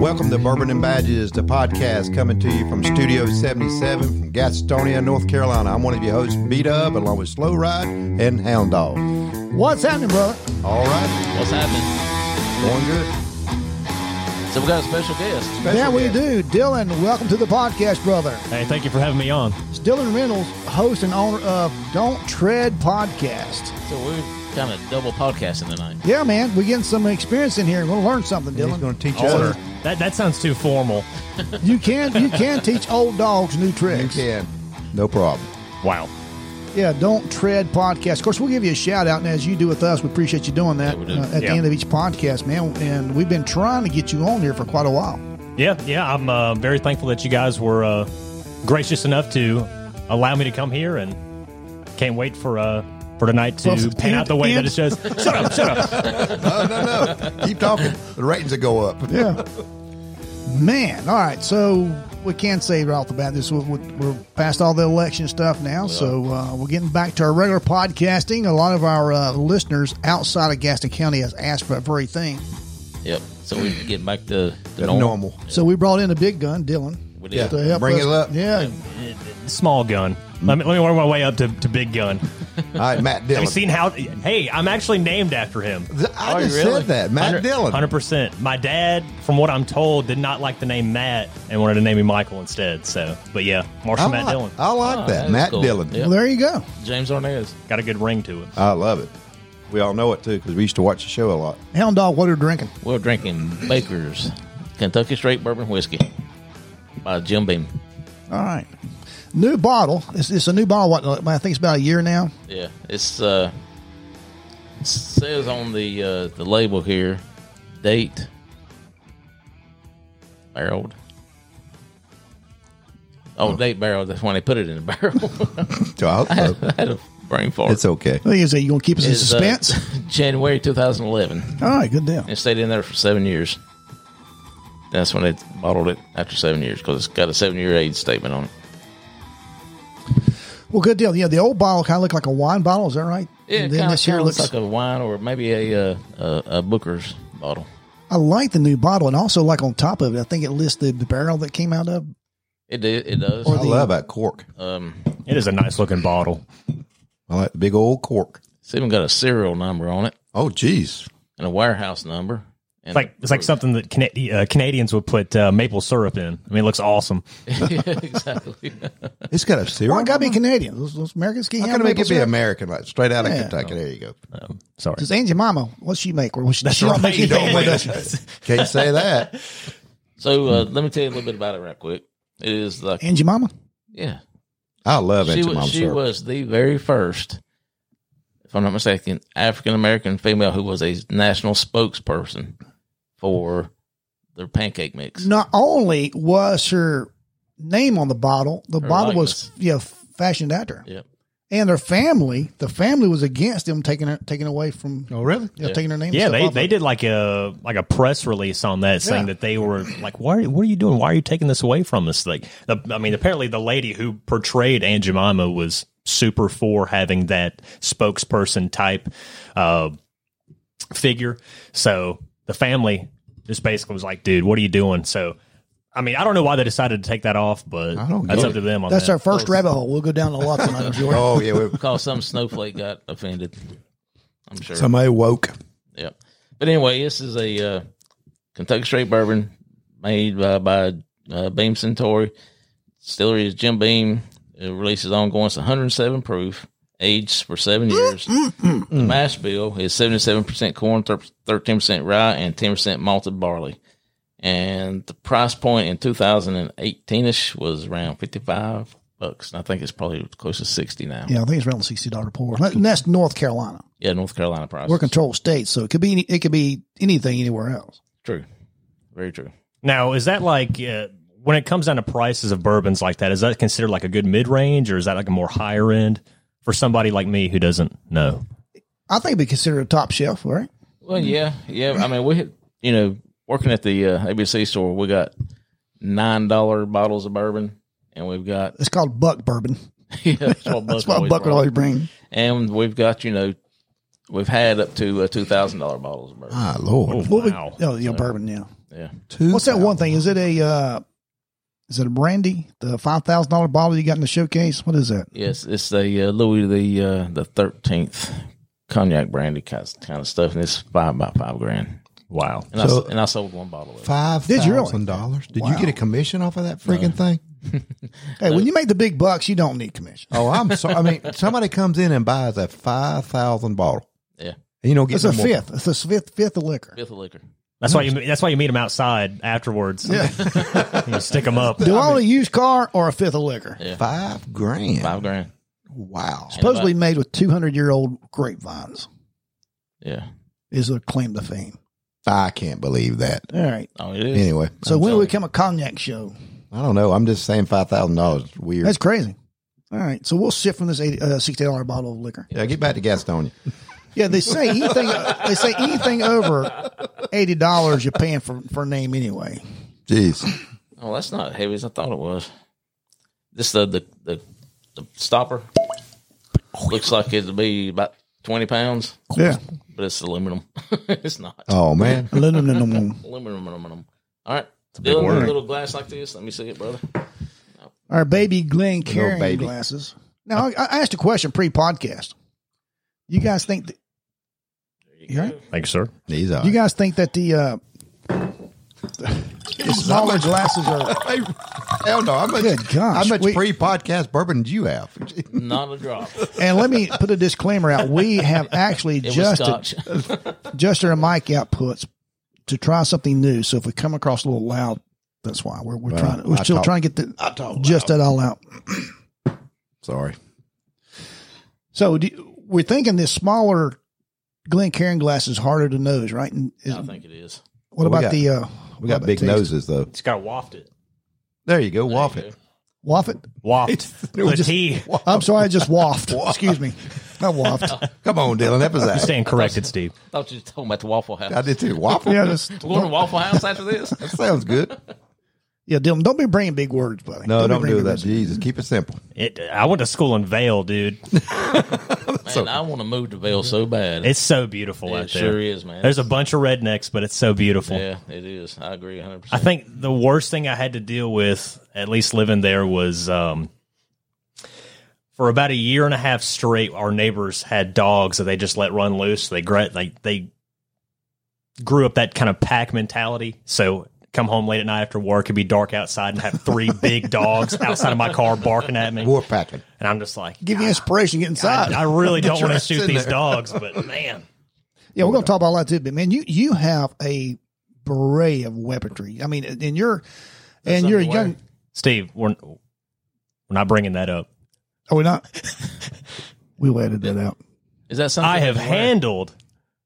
Welcome to Bourbon and Badges, the podcast coming to you from Studio 77 from Gastonia, North Carolina. I'm one of your hosts, B Dub, along with Slow Ride and Hound Dog. What's happening, brother? All right, What's happening? going good. So we got a special guest. Special yeah, we guest. do. Dylan, welcome to the podcast, brother. Hey, thank you for having me on. It's Dylan Reynolds, host and owner of Don't Tread Podcast. So we're kind of double podcasting tonight. Yeah, man, we're getting some experience in here. We'll learn something, He's Dylan. going to teach Older. us. That that sounds too formal. You can you can teach old dogs new You tricks. can. No problem. Wow. Yeah, Don't Tread Podcast. Of course, we'll give you a shout out, and as you do with us, we appreciate you doing that Yeah, we do. uh, at the Yeah. end of each podcast, man. And we've been trying to get you on here for quite a while. Yeah, yeah. I'm uh, very thankful that you guys were uh, gracious enough to allow me to come here, and can't wait for uh, for tonight to Well, pan out the way and- that it shows. Shut up! Shut up! No, no, no. Keep talking. The ratings will go up. Yeah. Man, all right. So we can say right off the bat this we- we- we're past all the election stuff now, so uh, we're getting back to our regular podcasting. A lot of our uh, listeners outside of Gaston County has asked for that very thing, Yep. So we can get back to the That's norm. normal. so we brought in a big gun, Dylan, We Yeah. did. to help Bring us- it up. Yeah, Small gun. Let me let me work my way up to, to big gun. All right, Matt Dillon. Have you seen how? Hey, I'm actually named after him. Th- I Are you just really? said that. Matt Dillon. Hundred percent. My dad, from what I'm told, did not like the name Matt and wanted to name me Michael instead. So, but yeah, I Marshall Matt like, Dillon I like Oh, that. that's Matt cool. Dillon. Yeah. Well, there you go. James Arnaz. got a good ring to it. I love it. We all know it too because we used to watch the show a lot. Hound dog, what are you drinking? We're drinking Baker's Kentucky Straight Bourbon Whiskey by Jim Beam. All right, new bottle. It's, it's a new bottle. What I think it's about a year now. Yeah. It's uh it says on the uh the label here date barreled. Oh, date barrel. That's when they put it in the barrel. So I hope so. I had a brain fart. it's okay. I think it's a, you gonna keep us in It's, uh, suspense. January 2011. all right, good deal. It stayed in there for seven years. That's when they bottled it after seven years because it's got a seven-year age statement on it. Well, good deal. Yeah, the old bottle kind of looked like a wine bottle. Is that right? Yeah, And it then kind this here of looks looks. like a wine or maybe a uh, a, a Booker's bottle. I like the new bottle, and also like on top of it, I think it lists the, the barrel that came out of. It do- it does. I love that cork. Um, It is a nice looking bottle. I like the big old cork. it's even got a serial number on it Oh, geez. and a warehouse number. And It's like it's like something that Cana- uh, Canadians would put uh, maple syrup in. I mean, it looks awesome. exactly. It's got a Why syrup. it gotta be Canadian? Those, those Americans can't I'm have going to make maple it be syrup. American, like straight out of Yeah. Kentucky. There you go. Sorry, Does Angie Mama? What she make? Or what she, she don't make right. anything with Yeah. us. Can't say that. so uh, let me tell you a little bit about it right quick. It is like Angie Mama. yeah, I love she Auntie was Mama she syrup. was the very first, if I'm not mistaken, African American female who was a national spokesperson for their pancake mix. Not only was her name on the bottle, the Her bottle was likeness. yeah fashioned after, her. Yep. and her family. The family was against them taking her taking away from. Oh, really? Yeah, Yeah. taking her name. and yeah, stuff they, off they of- did like a like a press release on that Yeah. saying that they were like, why what are you doing? Why are you taking this away from us? Like, the, I mean, apparently the lady who portrayed Aunt Jemima was super for having that spokesperson type uh, figure. So the family just basically was like, dude, what are you doing? So. I mean, I don't know why they decided to take that off, but I don't that's get up to them. On That's that. our first rabbit hole. We'll go down a lot tonight, George. Oh, yeah. we- Because some snowflake got offended. I'm sure. Somebody woke. Yep. But anyway, this is a uh, Kentucky straight bourbon made by, by uh, Beam Centauri. Distillery is Jim Beam. It releases ongoing. It's 107 proof, aged for seven years. the mash bill is 77% corn, thir- 13% rye, and 10% malted barley. And the price point in 2018 ish was around 55 bucks. And I think it's probably close to 60 now. Yeah, Yeah, I think it's around the sixty dollar pour. And that's North Carolina. North Carolina price. We're controlled states, so it could be any, it could be anything anywhere else. True. Very true. Now, is that like uh, when it comes down to prices of bourbons like that? Is that considered like a good mid range, or is that like a more higher end for somebody like me who doesn't know? I think it'd be considered a top shelf, right? Well, yeah, yeah. I mean, we, had- you know, working at the uh, ABC store, we got nine dollar bottles of bourbon, and we've got It's called buck bourbon. yeah, that's what That's Buck what always buck would brought. always bring. and we've got you know, we've had up to uh, two thousand dollar bottles of bourbon. My Lord. Oh, What we- wow. oh, yeah, bourbon. Yeah, Yeah. What's that one thing? Is it a uh, is it a brandy? The five thousand dollar bottle you got in the showcase? What is that? Yes, it's the uh, Louis the uh, the thirteenth cognac brandy kind of, kind of stuff, and it's five by five grand. Wow. And, So- I, and I sold one bottle of it. Five Did you really? thousand dollars? Did Wow. you get a commission off of that freaking thing? Hey, when you make the big bucks, you don't need commission. Oh, I'm sorry. I mean, somebody comes in and buys a five thousand bottle, Yeah, and you don't get It's no a more. fifth. It's a fifth fifth of liquor. fifth of liquor. That's why you that's why you meet them outside afterwards. Yeah. You stick them up. Do I own a used car or a fifth of liquor? Five grand. Five grand. Wow. Supposedly made with two hundred year old grapevines Yeah. is a claim to fame. I can't believe that. All right. Oh, it is. Anyway, So when do telling we become a cognac show? I don't know. I'm just saying five thousand dollars is weird. That's crazy. All right. So we'll shift from this 80, uh, sixty dollar bottle of liquor. yeah, get back to Gastonia. Yeah, they say anything. they say anything over eighty dollars, you're paying for for a name anyway. Jeez. Oh, that's not heavy as I thought it was. This the the the, the stopper looks like it'd be about twenty pounds, Yeah, but it's aluminum. it's not Oh man. aluminum. aluminum. aluminum. aluminum. All right, it's a big word. little glass like this. Let me see it, brother. Our baby Glenn carrying baby. glasses. Now I, I asked a question pre-podcast. You guys think that you, all right? Thank you, sir. These are. you guys think that the uh, the smaller glasses are Hey, hell no. How much, Good how gosh, much we- pre-podcast bourbon do you have? Not a drop. and let me put a disclaimer out. We have actually It was adjusted scotch. adjusted our mic outputs to try something new. So if we come across a little loud, that's why we're we're trying to, we're I still talk- trying to get the I talk just that all out. Sorry. So do you- we're thinking this smaller Glencairn glass is harder to nose, right? And is, I think it is. what We about got- the uh, We got big noses though. It's got wafted. There you go. Waff it. waft? Waft. The just- tea. I'm sorry, I just waft. Excuse me, I waft. Come on, Dylan. That was that. Stand corrected, Steve. thought you were talking about the Waffle House. I did too. Waffle. Yeah, just, We're going to Waffle House after this. That sounds good. yeah, Dylan, don't be bringing big words, buddy. No, don't, be do that. bringing big words. Jesus, keep it simple. It, I went to school in Vale, dude. Man, I want to move to Vail so bad. It's so beautiful it out there. sure is, man. There's a bunch of rednecks, but it's so beautiful. yeah, it is. I agree 100%. I think the worst thing I had to deal with, at least living there, was um, for about a year and a half straight. Our neighbors had dogs that they just let run loose. They gre- they they grew up that kind of pack mentality. So come home late at night after work, it'd be dark outside, and have three big dogs outside of my car barking at me, War packing. and I'm just like, Give me inspiration. Get inside. I, I really don't want to ass shoot in these there. dogs, but man. yeah, we're gonna talk about a lot too, but man, you you have a beret of weaponry. I mean, and you're and you're a underwear. young. Steve, we're we're not bringing that up. Are we not? We'll edit that out. Is that something I have you can wear? handled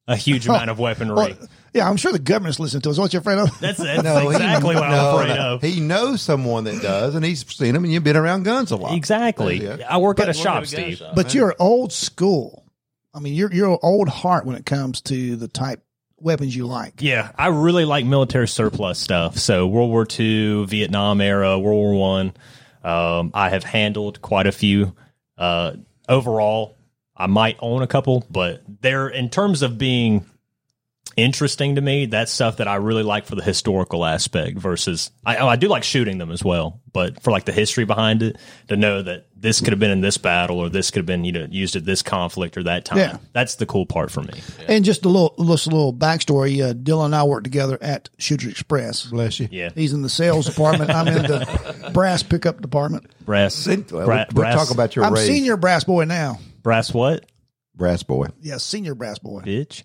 a huge amount of Well, weaponry. yeah, I'm sure the government's listening to us. What's your friend? of? That's, that's he- exactly what no, I'm afraid no. of. He knows someone that does, and he's seen him, and you've been around guns a lot. Exactly. There you go. I work at a We're shop, gonna go Steve. shop. But you're old school. I mean, you're you're an old heart when it comes to the type weapons you like. Yeah, I really like military surplus stuff. So World War II, Vietnam era, World War One. Um, I have handled quite a few. Uh, overall, I might own a couple, but they're in terms of being interesting to me. That's stuff that I really like for the historical aspect. Versus, I, oh, I do like shooting them as well, but for like the history behind it, to know that this could have been in this battle or this could have been you know used at this conflict or that time. Yeah. That's the cool part for me. And just a little just a little backstory. Uh, Dylan and I work together at Shooter Express. Bless you. Yeah, He's in the sales department. I'm in the brass pickup department. brass. Well, bra- we'll, we'll brass- talk about your I'm raise. senior brass boy now. Brass what? brass boy. Yeah, senior brass boy. Bitch.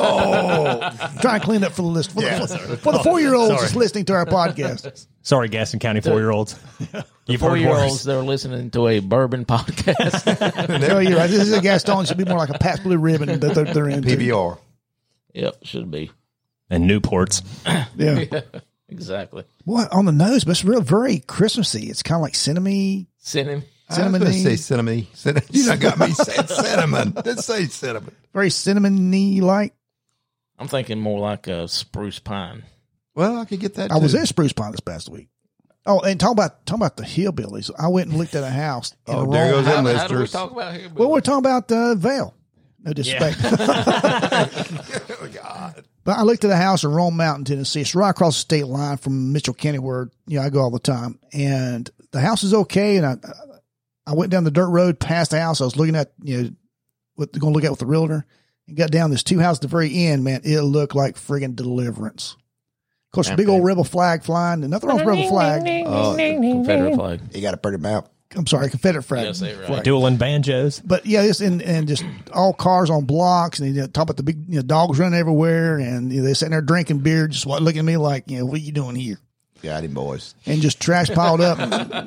Oh. Try and clean up for the list for the, for the four year olds Sorry. that's listening to our podcast. Sorry, Gaston County four year olds. You've Four heard year worse. olds that are listening to a bourbon podcast. no, Oh, you're right. This is a Gaston. Should be more like a Pabst Blue Ribbon that they're, they're into. PBR. yep, should be. And Newports. Yeah. Exactly. What on the nose, but it's real very Christmassy. It's kind of like cinnamon. Send him. I was Cinnamon. gonna say cinnamon. Cinnamon. You done got me saying cinnamon. Let's say cinnamon. very cinnamony like. I'm thinking more like a spruce pine. Well, I could get that. I was too. in Spruce Pond this past week. Oh, and talk about talk about the hillbillies. I went and looked at a house. in Oh, the there goes wrong- them How do we listeners. talk about here? Well, we're talking about uh, Vale. No disrespect. Oh, But I looked at a house in Rome Mountain, Tennessee. It's right across the state line from Mitchell County, where you know I go all the time. And the house is okay. And I, I went down the dirt road past the house. I was looking at you know what they're going to look at with the realtor, and got down this two house at the very end. Man, it looked like friggin' deliverance. Of course, big old rebel flag flying. And nothing wrong with rebel flag. Confederate flag. You got a pretty mouth. I'm sorry, Confederate flag. Yes, they right. Dueling banjos. But yeah, it's and and just all cars on blocks, and they talk about the big you know, dogs running everywhere, and you know, they're sitting there drinking beer, just wa- looking at me like, you know, what are you doing here? Got him, boys. And just trash piled up.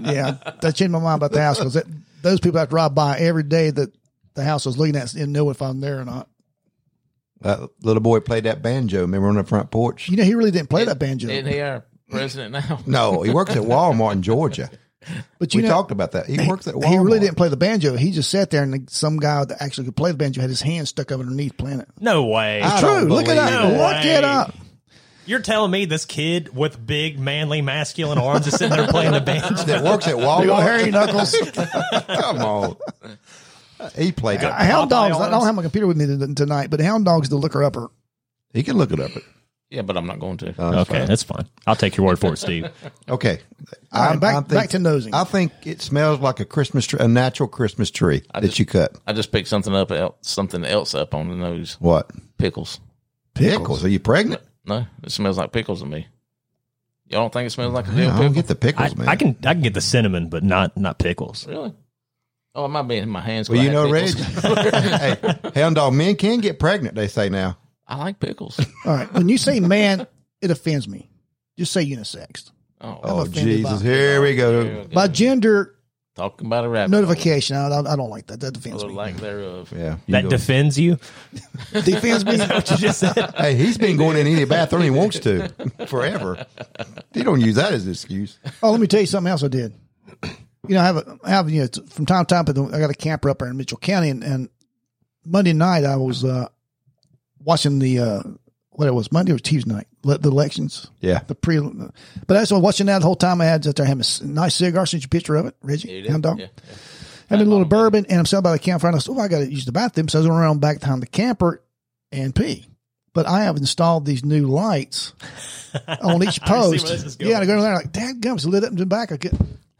yeah, that changed my mind about the house because those people have to drive by every day that the house I was looking at and know if I'm there or not. That Uh, little boy played that banjo. Remember on the front porch? You know, he really didn't play that banjo, Isn't he our president now? No, he works at Walmart in Georgia. but you We know, talked about that. He works at Walmart. he really didn't play the banjo. He just sat there, and some guy that actually could play the banjo had his hand stuck up underneath playing it. No way. I True, don't look it up. believe it. Look it up. You're telling me this kid with big, manly, masculine arms is sitting there playing the banjo? That works at Big old Walmart. hairy knuckles. Come on. He played Uh, it. Hound Popeye dogs. I don't arms. have my computer with me t- tonight, but hound dogs the liquor upper. He can look it up. Yeah, but I'm not going to. Uh, Okay, that's fine. I'll take your word for it, Steve. Okay. All right, back- back to nosing. I think it smells like a Christmas tree, a natural Christmas tree that you cut. I just picked something up, el- something else up on the nose. What? Pickles. Pickles. Are you pregnant? No, it smells like pickles to me. Y'all don't think it smells like a I real don't pickle? get the I, pickles, man. I can I can get the cinnamon, but not not pickles. Really? Oh, it might be in my hands. well, 'cause you I had know, Reg. pickles. hey, hound dog men can get pregnant, they say now. I like pickles. All right. When you say man, it offends me. Just say unisex. Oh, Oh, offended by Jesus. Here we go. By gender talking about a rabbit. notification, I, I, I don't like that. That defends Or me. lack thereof. Yeah. you That go. defends you. defends me. You just said- hey, he's been going in any bathroom he wants to forever. He don't use that as an excuse. Oh, let me tell you something else I did. You know, I have, a, I have you know, t- from time to time, but I got a camper up there in Mitchell County, and, and Monday night I was uh, watching the uh, what it was Monday or Tuesday night, le- the elections. Yeah. the pre. But as I was watching that the whole time, I had sat there having a s- nice cigar. Since you picture of it, Yeah, you Reggie, did. hound dog, Yeah. having a little bourbon, and I'm sitting by the campfire. And I said, "Oh, I got to use the bathroom," so I was running around back behind the camper and pee. But I have installed these new lights on each I see where post. this is yeah, and I going. go in there like, "Dad, gums lit up in the back." I get,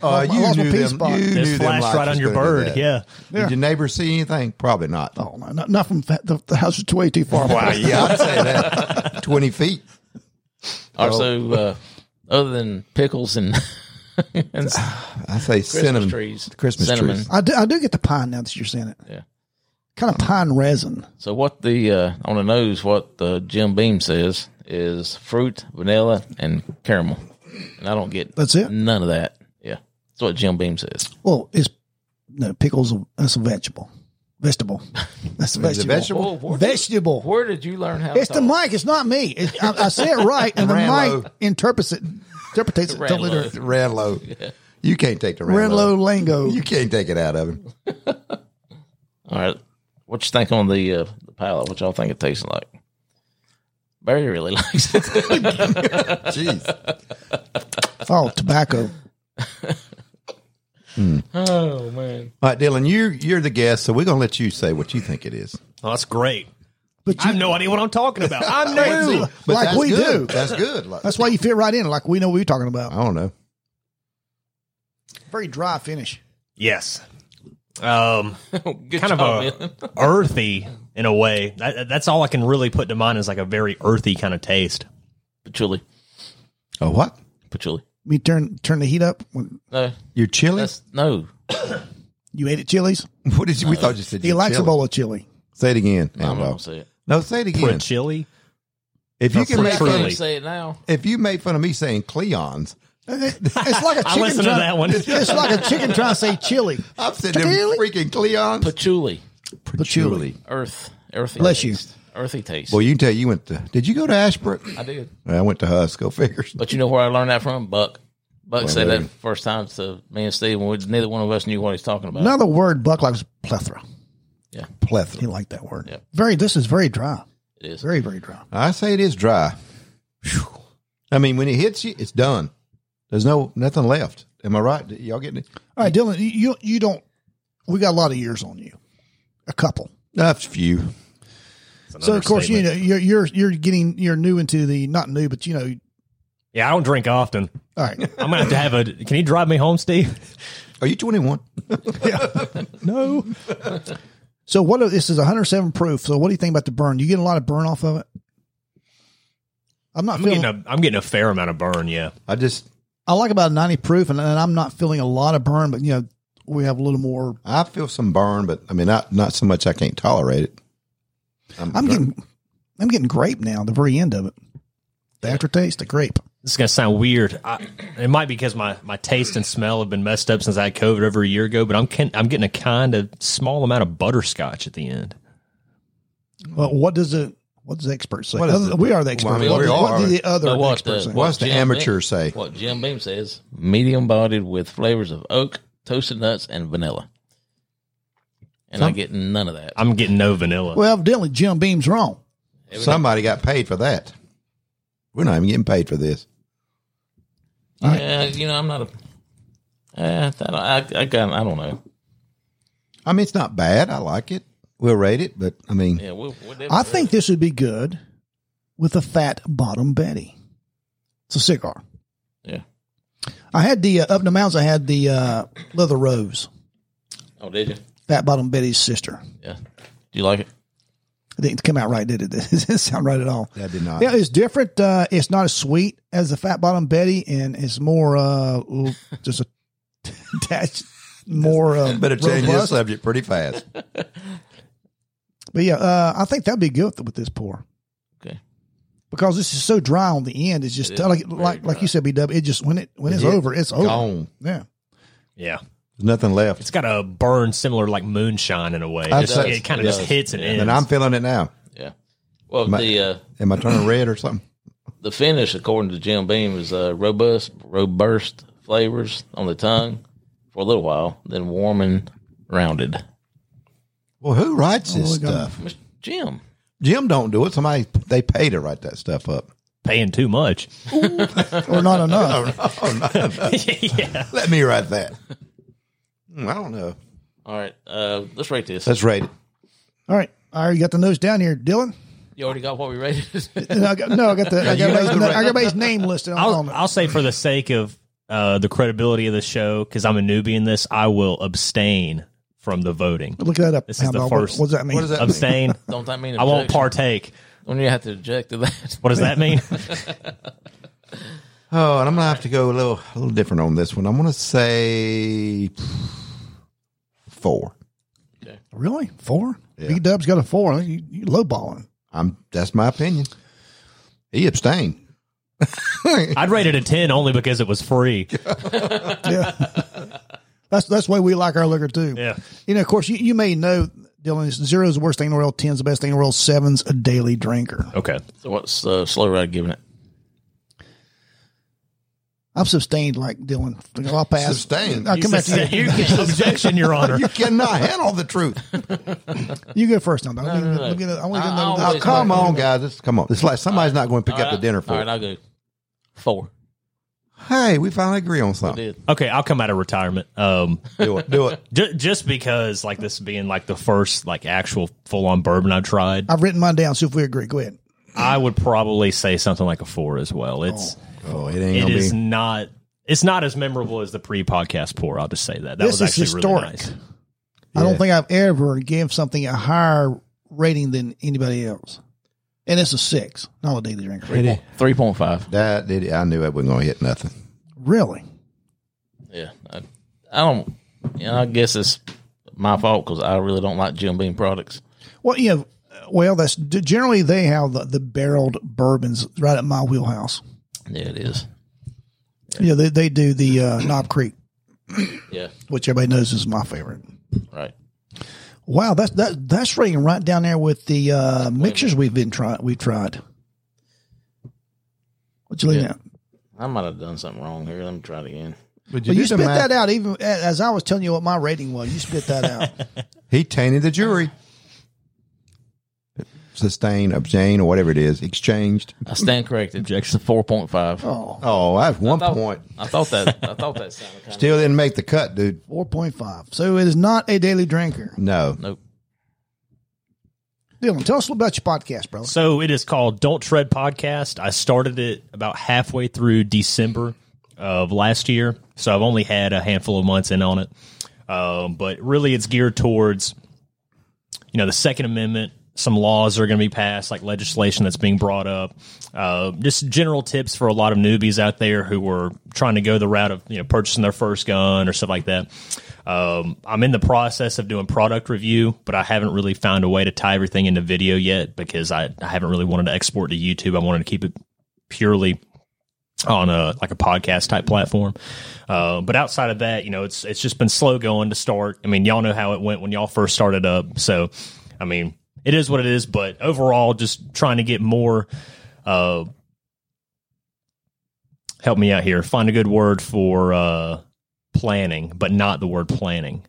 Uh, I lost my- I you lost my knew pee them. spot. You It knew them flashed lights right was on your gonna do bird, that. yeah. Yeah. Did your neighbors see anything? Probably not. Oh no, not, not from fa- the, the house is way too far. Wow, yeah, I'd say that. Twenty feet. Also, uh, other than pickles and, and I say cinnamon trees. Christmas Cinnamon. trees. I do, I do get the pine now that you're saying it. Yeah. Kind of pine resin. so what the uh, on the nose, what uh, Jim Beam says is fruit, vanilla, and caramel, and I don't get That's it? None of that. Yeah, that's what Jim Beam says. Well, it's no pickles. a- That's a vegetable. Vegetable. That's a Is it vegetable. vegetable? where, Vegetable. where did you learn how? It's to the talk? mic. It's not me. It, I, I say it right, and the Ranlo. mic interprets it. Interpretates it. Ranlo. Totally different. Oh. Ran low. You can't take the ran, low. Renlo lingo. You can't take it out of him. All right, what you think on the uh, the palate? What y'all think it tastes like? Barry really likes it. Jeez. Oh, tobacco. oh man, All right, Dylan, you're you're the guest, so we're gonna let you say what you think it is. Oh, that's great. But I have you, no idea what I'm talking about. I'm new. But Like that's we good. do. That's good. Like, that's why you fit right in, like we know what we're talking about. I don't know. Very dry finish. yes. Um, good kind job, of man. a earthy in a way. That, that's all I can really put to mind is like a very earthy kind of taste. patchouli, Oh, what? patchouli. Me turn turn the heat up when No, Your chili? that's no. you ate at Chili's. What did you? Uh, We thought you said He your likes chili. a bowl of chili. Say it again. I'm not Ambo. gonna say it. No, say it again. Chili. If you No, can make Patchouli. fun, Can't say it now. if you make fun of me saying Cleons, It's like a chicken. I listened to trying- that one. It's like a chicken trying to say chili. I'm sitting there Patchouli? freaking Cleons. Patchouli, Patchouli. earth, earthy. Bless you. taste. Earthy taste. Well, you can tell you went to. Did you go to Ashbrook? I did. I went to Husk. Go figures. But you know where I learned that from? Buck. Buck said there that you- first time to me and Steve, and we, neither one of us knew what he's talking about. Another word Buck likes plethora. Yeah, Plethora. He liked that word. Yep. Very. This is very dry. it is. Very very dry. I say it is dry. Phew. I mean, when it hits you, it's done. There's no nothing left. Am I right? Y'all getting it? All right, Dylan. You you don't. We got a lot of years on you. A couple. A few. It's So of course you understatement. know you're you're you're getting you're new into the not new but you know Yeah, I don't drink often. all right I'm gonna have to have a. Can you drive me home, Steve? Are you 21? No. so what are, this is 107 proof so what do you think about the burn you get a lot of burn off of it I'm not I'm feeling getting a. I'm getting a fair amount of burn. Yeah. I just, I like about 90 proof and, and I'm not feeling a lot of burn but you know we have a little more I feel some burn, but I mean, not, not so much I can't tolerate it. I'm getting I'm getting grape now the very end of it the aftertaste the grape This is gonna sound weird. I, it might be because my, my taste and smell have been messed up since I had COVID over a year ago. But I'm can, I'm getting a kind of small amount of butterscotch at the end. well what does it what does the expert say What is Other- it? we are the expert Well, I mean, what, we what are. do the other But what experts the- say? what- What's the Jim amateur Beam- say? What Jim Beam says: medium bodied with flavors of oak, toasted nuts, and vanilla. And I'm getting none of that. I'm getting no vanilla. well evidently Jim Beam's wrong Somebody got paid for that. We're not even getting paid for this. Yeah, you know, I'm not a. Uh, I, don't- I, I, got, I don't know. I mean, it's not bad. I like it. We'll rate it, but I mean, Yeah, we'll, we'll I think this would be good with a fat bottom Betty. It's a cigar. Yeah. I had the uh, up in the mountains. I had the uh, leather rose, Oh, did you? fat bottom Betty's sister. Yeah. Do you like it? It didn't come out right, did it? It didn't sound right at all. that did not. Yeah, it's different. Uh, it's not as sweet as the fat bottom Betty, and it's more uh, ooh, just a that's more uh, Better change this robust. subject pretty fast. But yeah, uh, I think that'd be good with this pour. Okay. Because this is so dry on the end, it's just It is like very like like you said, BW. It just when it when it's hit. over, it's over. Gone. Yeah. yeah. There's nothing left. It's got a burn similar to like moonshine in a way. I'd Just- say- it kind it of just does. hits and ends. And I'm feeling it now. Yeah. Well, My- the uh, Am I turning red or something? the finish, according to Jim Beam, is uh, robust, robust flavors on the tongue for a little while, then warm and rounded. Well, who writes Oh, this we got- stuff? Mr. Jim, Jim don't do it. Somebody they pay to write that stuff up. paying too much. Or not enough. yeah. Oh, Let me write that. Hmm, I don't know. all right, uh, let's rate this. Let's rate it. All right. I already got the notes down here, Dylan. You already got what we rated. No, I got, no, I got the I got, you everybody's, know the na- I right- got everybody's name listed on I'll, it. I'll say for the sake of uh, the credibility of the show, because I'm a newbie in this, I will abstain from the voting. Look that up. This is Hound the Dog. What- first- What, does that mean? What does that mean? Abstain. Don't that mean I won't objection? partake. Don't you have to object to that? What does that mean? Oh, and I'm gonna have to go a little a little different on this one. I'm gonna say four. Really? Four? B Dub's got a four. You, you lowballing. I'm that's my opinion. He abstained. I'd rate it a 10 only because it was free. Yeah. that's that's the way we like our liquor too. Yeah. You know, of course, you, you may know, Dylan, is zero is the worst thing in the world, ten's the best thing in the world, seven's a daily drinker. Okay. so what's uh, slow ride giving it? I'm sustained like Dylan. I'll pass. Sustained? I'll come You back to said- you. you get objection, Your Honor. You cannot handle the truth. You go first. No, no, no, no. Let me get, I want to I- get I another. Oh, always- come on, guys. It's, come on. It's like somebody's not going to pick All up right, the dinner for. All right, I'll go four. Hey, we finally agree on something. Did Okay, I'll come out of retirement. Um, Do it. Do it. ju- just because like this being like the first like actual full on bourbon I've tried, I've written mine down. See if we agree. Go ahead. I would probably say something like a four as well. It's Oh, it ain't it gonna is be. not it's not as memorable as the pre podcast pour. I'll just say that that This was actually is really historic. nice. I don't Yeah. think I've ever gave something a higher rating than anybody else, and it's a six. Not a daily drinker. It is. three point five. That did. I knew I wasn't going to hit nothing. Really? Yeah, I, I don't. You know, I guess it's my fault because I really don't like Jim Beam products. Well, you know, well, that's generally they have the, the barreled bourbons right at my wheelhouse. Yeah, it is. Yeah, they, they do the uh, Knob Creek, Yeah, which everybody knows is my favorite. right. Wow, that's that that's rating right down there with the uh, mixtures we've been trying. We've tried. What you leaving out? I might have done something wrong here. Let me try it again. But Well, you spit that out even as I was telling you what my rating was. You spit that out. He tainted the jury. Sustain, obtain, or whatever it is, exchanged. I stand corrected. Objection. Four point five. Oh, Oh, that's one point. I thought that. I thought that sounded kind of. Still didn't make the cut, dude. 4.5. So it is not a daily drinker. No. Nope. Dylan, tell us a little about your podcast, brother. So it is called Don't Tread Podcast. I started it about halfway through December of last year, so I've only had a handful of months in on it. Um, but really, it's geared towards you know the Second Amendment. Some laws are going to be passed, like legislation that's being brought up. Uh, just general tips for a lot of newbies out there who are trying to go the route of you know purchasing their first gun or stuff like that. Um, I'm in the process of doing product review, but I haven't really found a way to tie everything into video yet because I, I haven't really wanted to export to YouTube. I wanted to keep it purely on a like a podcast type platform. Uh, but outside of that, you know, it's it's just been slow going to start. I mean, y'all know how it went when y'all first started up. So, I mean, it is what it is. But overall, just trying to get more. Uh, help me out here. Find a good word for uh, planning, but not the word planning.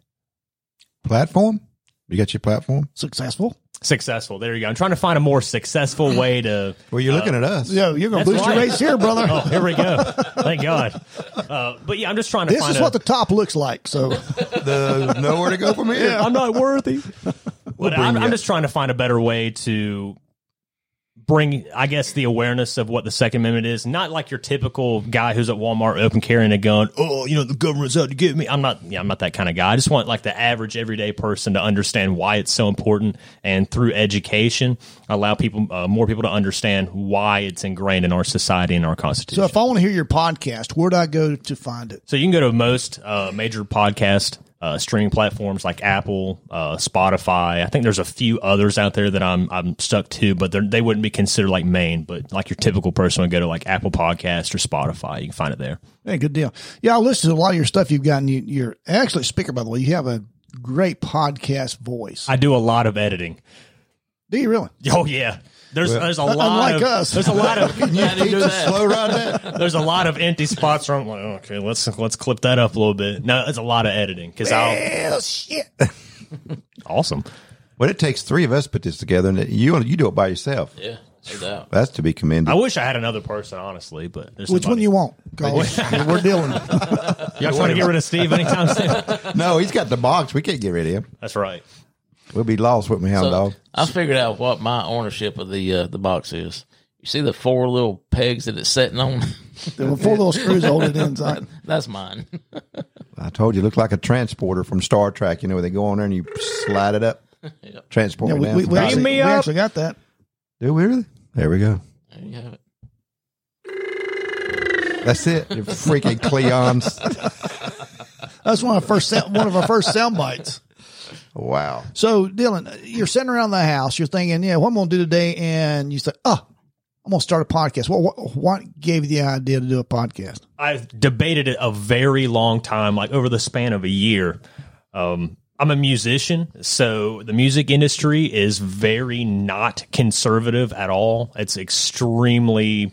Platform? You got your platform? Successful. Successful. There you go. I'm trying to find a more successful way to. Well, you're looking at us. Yo, you're gonna boost right. your race here, brother. Oh, here we go. Thank God. Uh, but yeah, I'm just trying to this find is a, what the top looks like. So The nowhere to go from here. I'm not worthy. but I'm, you I'm up. just trying to find a better way to bring, I guess, the awareness of what the Second Amendment is. Not like your typical guy who's at Walmart open carrying a gun. Oh, you know, the government's out to get me. I'm not. Yeah, I'm not that kind of guy. I just want like the average everyday person to understand why it's so important, and through education, allow people uh, more people to understand why it's ingrained in our society and our constitution. so if I want to hear your podcast, where do I go to find it? So you can go to most uh, major podcast uh, streaming platforms like Apple, uh, Spotify. I think there's a few others out there that I'm I'm stuck to, but they're- they wouldn't be considered like main. But like your typical person would go to like Apple Podcast or Spotify. You can find it there. Hey, good deal. Yeah, I listened to a lot of your stuff you've gotten. You, you're actually a speaker, by the way. You have a great podcast voice. I do a lot of editing. do you really? Oh yeah, there's there's a lot unlike of us. there's a lot of How do you do that? Slow ride that. there's a lot of empty spots where I'm like "Oh, okay let's let's clip that up a little bit. No, it's a lot of editing because Oh, I'll Hell, shit. awesome. Well, it takes three of us to put this together, and you you do it by yourself. Yeah, no doubt. That's to be commended. I wish I had another person honestly, but there's Which one nobody. you want? 'Cause we're dealing. Y'all trying to get rid of Steve anytime soon? no, he's got the box. We can't get rid of him. That's right. We'll be lost with me, hound dog. So, I figured out what my ownership of the uh, the box is. You see the four little pegs that it's sitting on? There were four little screws holding it inside. That's mine. I told you, it looked like a transporter from Star Trek. You know, where they go on there and you slide it up. Transport Yeah, me down. we, we, we, Got it. actually, me we up. actually got that. Do we really? There we go. There you have it. That's it. You freaking Cleons. That's one of our first sou- one of our first sound bites. Wow. So Dylan, you're sitting around the house, you're thinking, yeah, what I'm going to do today, and you say, oh, I'm going to start a podcast. Well, what, what gave you the idea to do a podcast? I've debated it a very long time, like over the span of a year. Um, I'm a musician, so the music industry is very not conservative at all. It's extremely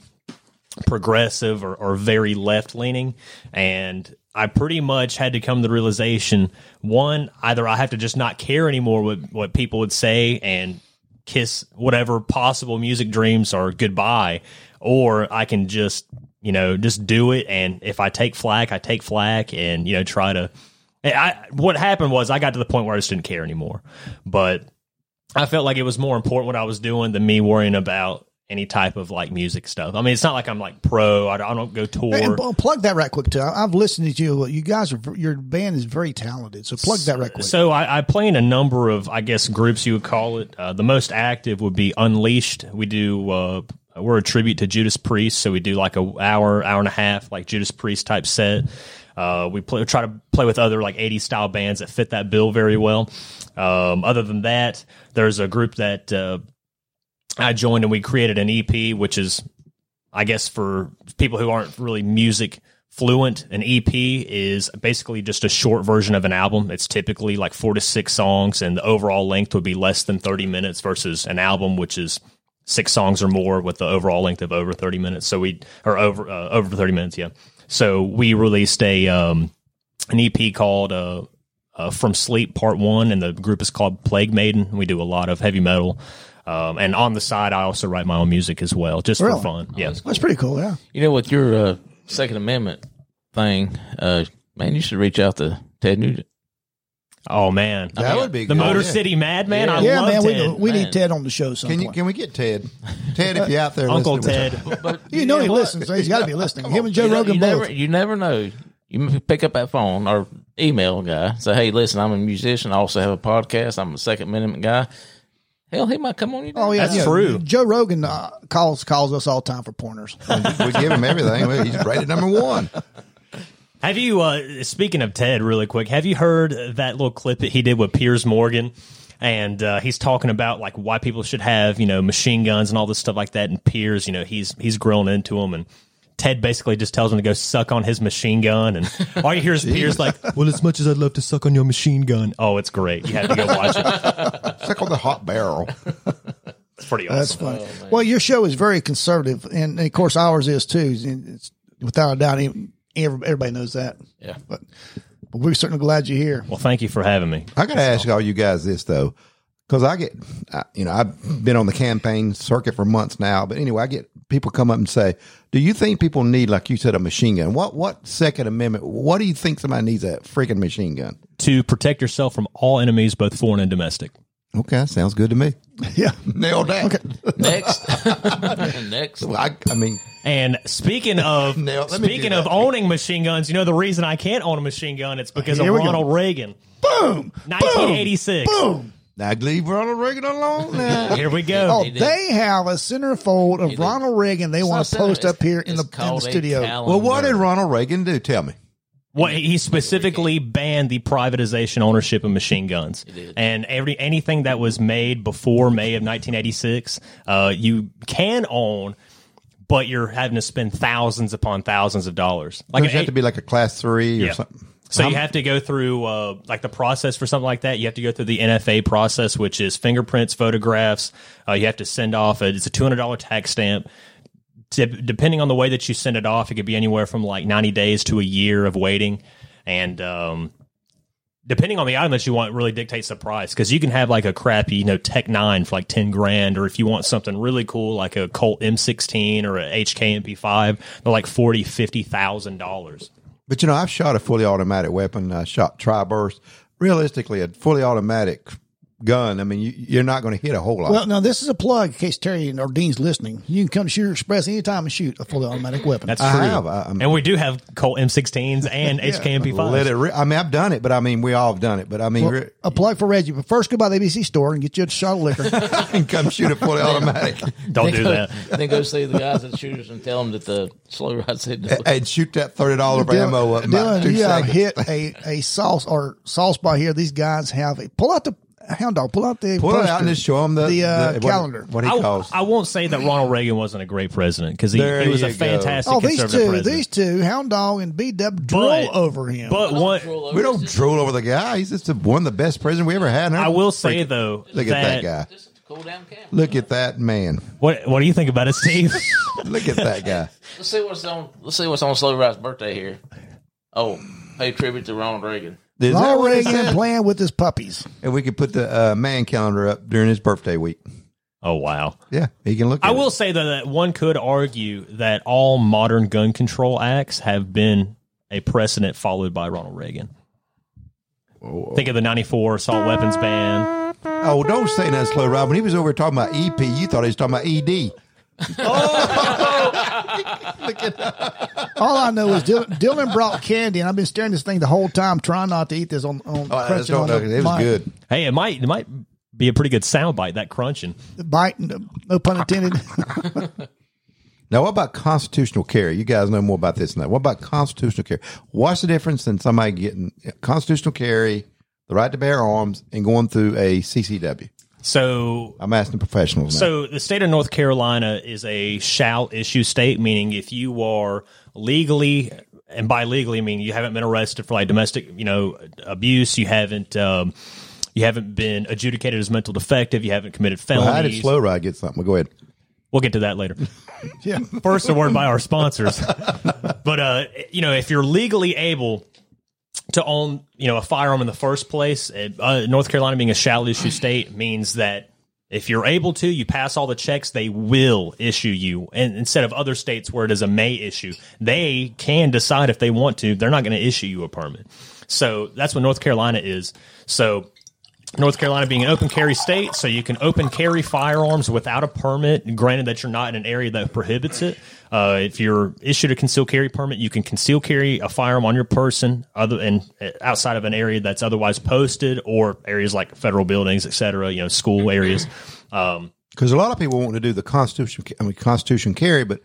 progressive or, or very left leaning. And I pretty much had to come to the realization one, either I have to just not care anymore what, what people would say and kiss whatever possible music dreams are goodbye, or I can just, you know, just do it. And if I take flack, I take flack and, you know, try to. I- I, what happened was I got to the point where I just didn't care anymore. But I felt like it was more important what I was doing than me worrying about any type of like music stuff. I mean, it's not like I'm like pro. I don't, I don't go tour. Hey, and pl- plug that right quick too. I- I've listened to you. You guys are v- your band is very talented. So plug that right quick. So I, I play in a number of, I guess, groups you would call it. Uh, the most active would be Unleashed. We do. Uh, we're a tribute to Judas Priest, so we do like a hour, hour and a half, like Judas Priest type set. Uh, we play, try to play with other like 80 style bands that fit that bill very well. Um, other than that, there's a group that uh, I joined and we created an EP, which is, I guess, for people who aren't really music fluent. An EP is basically just a short version of an album. It's typically like four to six songs, and the overall length would be less than 30 minutes versus an album, which is six songs or more with the overall length of over 30 minutes. So we, or over, uh, over 30 minutes, yeah. So we released a, um, an EP called, uh, uh, From Sleep Part One, and the group is called Plague Maiden. We do a lot of heavy metal, um, and on the side, I also write my own music as well, just Really? for fun. Yeah, That's pretty cool. Yeah. You know, with your uh, Second Amendment thing, uh, man, you should reach out to Ted Nugent. Oh man, That would be the good, Motor yeah. City Madman. I yeah, love man, Ted. we, we Man. need Ted on the show Can you sometime. can we get Ted? Ted, if you're out there, Uncle listening, Ted. But you, know you he what? listens, so he's got to be listening. Him and Joe You know- Rogan you both. Never, you never know. You m- pick up that phone or email guy. Say, hey, listen, I'm a musician. I also have a podcast. I'm a second minute guy. Hell, he might come on you. oh yeah, That's yeah. true. Joe Rogan uh, calls calls us all the time for pointers. we give him everything. We- He's rated number one. Have you, uh, speaking of Ted, really quick, have you heard that little clip that he did with Piers Morgan? And uh, he's talking about like why people should have you know machine guns and all this stuff like that. And Piers, you know, he's he's growing into him, and Ted basically just tells him to go suck on his machine gun. And all you hear is Piers like, "Well, as much as I'd love to suck on your machine gun, oh, it's great. You have to go watch it. Suck on the hot barrel. It's pretty That's awesome." funny. well, your show is very conservative, and, and of course ours is too. And It's, without a doubt, e- every- everybody knows that. Yeah. but, but we're certainly glad you're here. Well, thank you for having me. I got to ask all you guys this though, because I get, I, you know, I've been on the campaign circuit for months now. But anyway, I get people come up and say, "Do you think people need, like you said, a machine gun? What what Second Amendment? What do you think somebody needs a freaking machine gun?" To protect yourself from all enemies, both foreign and domestic. Okay, sounds good to me. Yeah, Nailed that. Next. Next. Well, I, I mean, And speaking of Now, let me do speaking of that. owning machine guns, you know the reason I can't own a machine gun it's because Here of we go. Ronald Reagan. boom, 1986. boom. now leave Ronald Reagan alone. Now. Here we go. Oh, They did. they have a centerfold of did. Ronald Reagan. They want to post up here in the, in the studio. well, what did Ronald Reagan do? Tell me. Well, he specifically banned the privatization ownership of machine guns, and every anything that was made before May of 1986, uh, you can own, but you're having to spend thousands upon thousands of dollars. Like Does it have to be like a class three or Yeah. something? So you have to go through uh, like the process for something like that. You have to go through the NFA process, which is fingerprints, photographs. Uh, you have to send off a, it's a two hundred dollar tax stamp. De- depending on the way that you send it off, it could be anywhere from like ninety days to a year of waiting, and um, depending on the item that you want, it really dictates the price because you can have like a crappy, you know, Tech Nine for like ten grand, or if you want something really cool like a Colt M16 or a HK MP5, they're like forty, fifty thousand dollars. But you know, I've shot a fully automatic weapon. I shot tri-burst. Realistically, a fully automatic gun. I mean, you, you're not going to hit a whole lot. Well, now this is a plug in case Terry and or Dean's listening. You can come to Shooter Express anytime and shoot a fully automatic weapon. That's I true. have. I, I'm, and we do have Colt M16s and HKMP5s. let it. Re- I mean, I've done it, but I mean, we all have done it. But I mean, re- a plug for Reggie. But first, go by the ABC store and get you a shot of liquor. come shoot a fully automatic Don't do that. then go see the guys at Shooters and tell them that the slow ride said no. and shoot that thirty dollar ammo up. in about Dylan, two you have seconds. hit a, a sauce or sauce by here. These guys have a pull out the hound dog. Pull out the Pull it poster. out and just show them the, The, uh, what- calendar. What, he I, calls. I won't say that Ronald Reagan wasn't a great president because he, There he was a you go. fantastic Oh, these conservative two, president. these two, Hound Dog and B Dub, drool But- over him. but one, we don't drool over the guy. He's just one of the best presidents we ever had. I will say though, Look at that guy. Just a cool down camera. Look at that man. What what do you think about it, Steve? Look at that guy. Let's see what's on. Let's see what's on Slow Ride's birthday here. Oh, pay tribute to Ronald Reagan. Is that Ronald what it Reagan said? playing with his puppies. And we could put the uh, man calendar up during his birthday week. oh wow. Yeah, he can look. At I it. will say though that one could argue that all modern gun control acts have been a precedent followed by Ronald Reagan. Think of the '94 assault weapons ban. Oh, don't say that slow, Rob. When he was over here talking about EP, you thought he was talking about E ED. All I know is Dylan, Dylan brought candy, and I've been staring at this thing the whole time, trying not to eat this on on Oh, that's crunching not, on it the was mic. good. Hey, it might it might be a pretty good soundbite that crunching. The bite, no, no pun intended. Now, what about constitutional carry? You guys know more about this than that. What about constitutional carry? What's the difference in somebody getting constitutional carry, the right to bear arms, and going through a CCW? So I'm asking professionals. now. So the state of North Carolina is a shall issue state, meaning if you are legally and by legally I mean you haven't been arrested for like domestic, you know, abuse, you haven't um, you haven't been adjudicated as mental defective, you haven't committed Well, how did felonies. slow ride get something? Well, go ahead. we'll get to that later. yeah. First, a word by our sponsors. but uh, you know, if you're legally able to own, you know, a firearm in the first place, uh, North Carolina being a shall issue state means that if you're able to, you pass all the checks, they will issue you. And instead of other states where it is a may issue, they can decide if they want to. They're not going to issue you a permit. So that's what North Carolina is. So North Carolina being an open carry state, so you can open carry firearms without a permit, granted that you're not in an area that prohibits it. Uh, if you're issued a concealed carry permit, you can conceal carry a firearm on your person other and uh, outside of an area that's otherwise posted or areas like federal buildings, et cetera, you know, school areas. Um, Because a lot of people want to do the Constitution, I mean, Constitution carry, but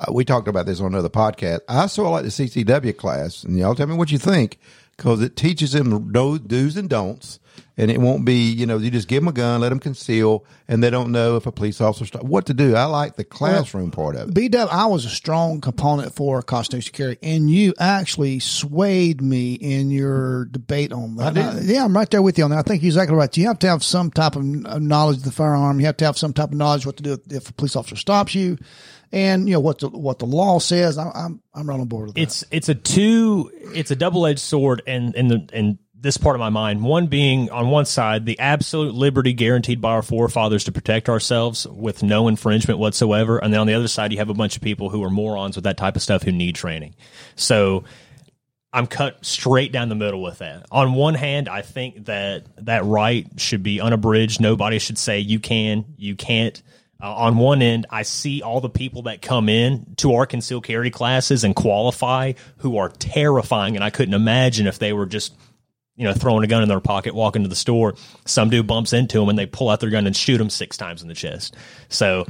uh, we talked about this on another podcast. I saw like the CCW class, and y'all tell me what you think, because it teaches them no do's and don'ts, and it won't be, you know, you just give them a gun, let them conceal, and they don't know if a police officer stop what to do. I like the classroom part of it. B Dub, I was a strong component for Constitution Carry, and you actually swayed me in your debate on that. I did. Uh, yeah, I'm right there with you on that. I think you're exactly right. You have to have some type of uh, knowledge of the firearm. You have to have some type of knowledge what to do if, if a police officer stops you, and you know what the, what the law says. I, I'm I'm right on board with that. it's it's a two it's a double edged sword and in the in this part of my mind one being on one side the absolute liberty guaranteed by our forefathers to protect ourselves with no infringement whatsoever and then on the other side you have a bunch of people who are morons with that type of stuff who need training so I'm cut straight down the middle with that. On one hand, I think that that right should be unabridged. Nobody should say you can, you can't. Uh, on one end, I see all the people that come in to our concealed carry classes and qualify who are terrifying, and I couldn't imagine if they were just you know, throwing a gun in their pocket, walking to the store. Some dude bumps into him and they pull out their gun and shoot him six times in the chest. So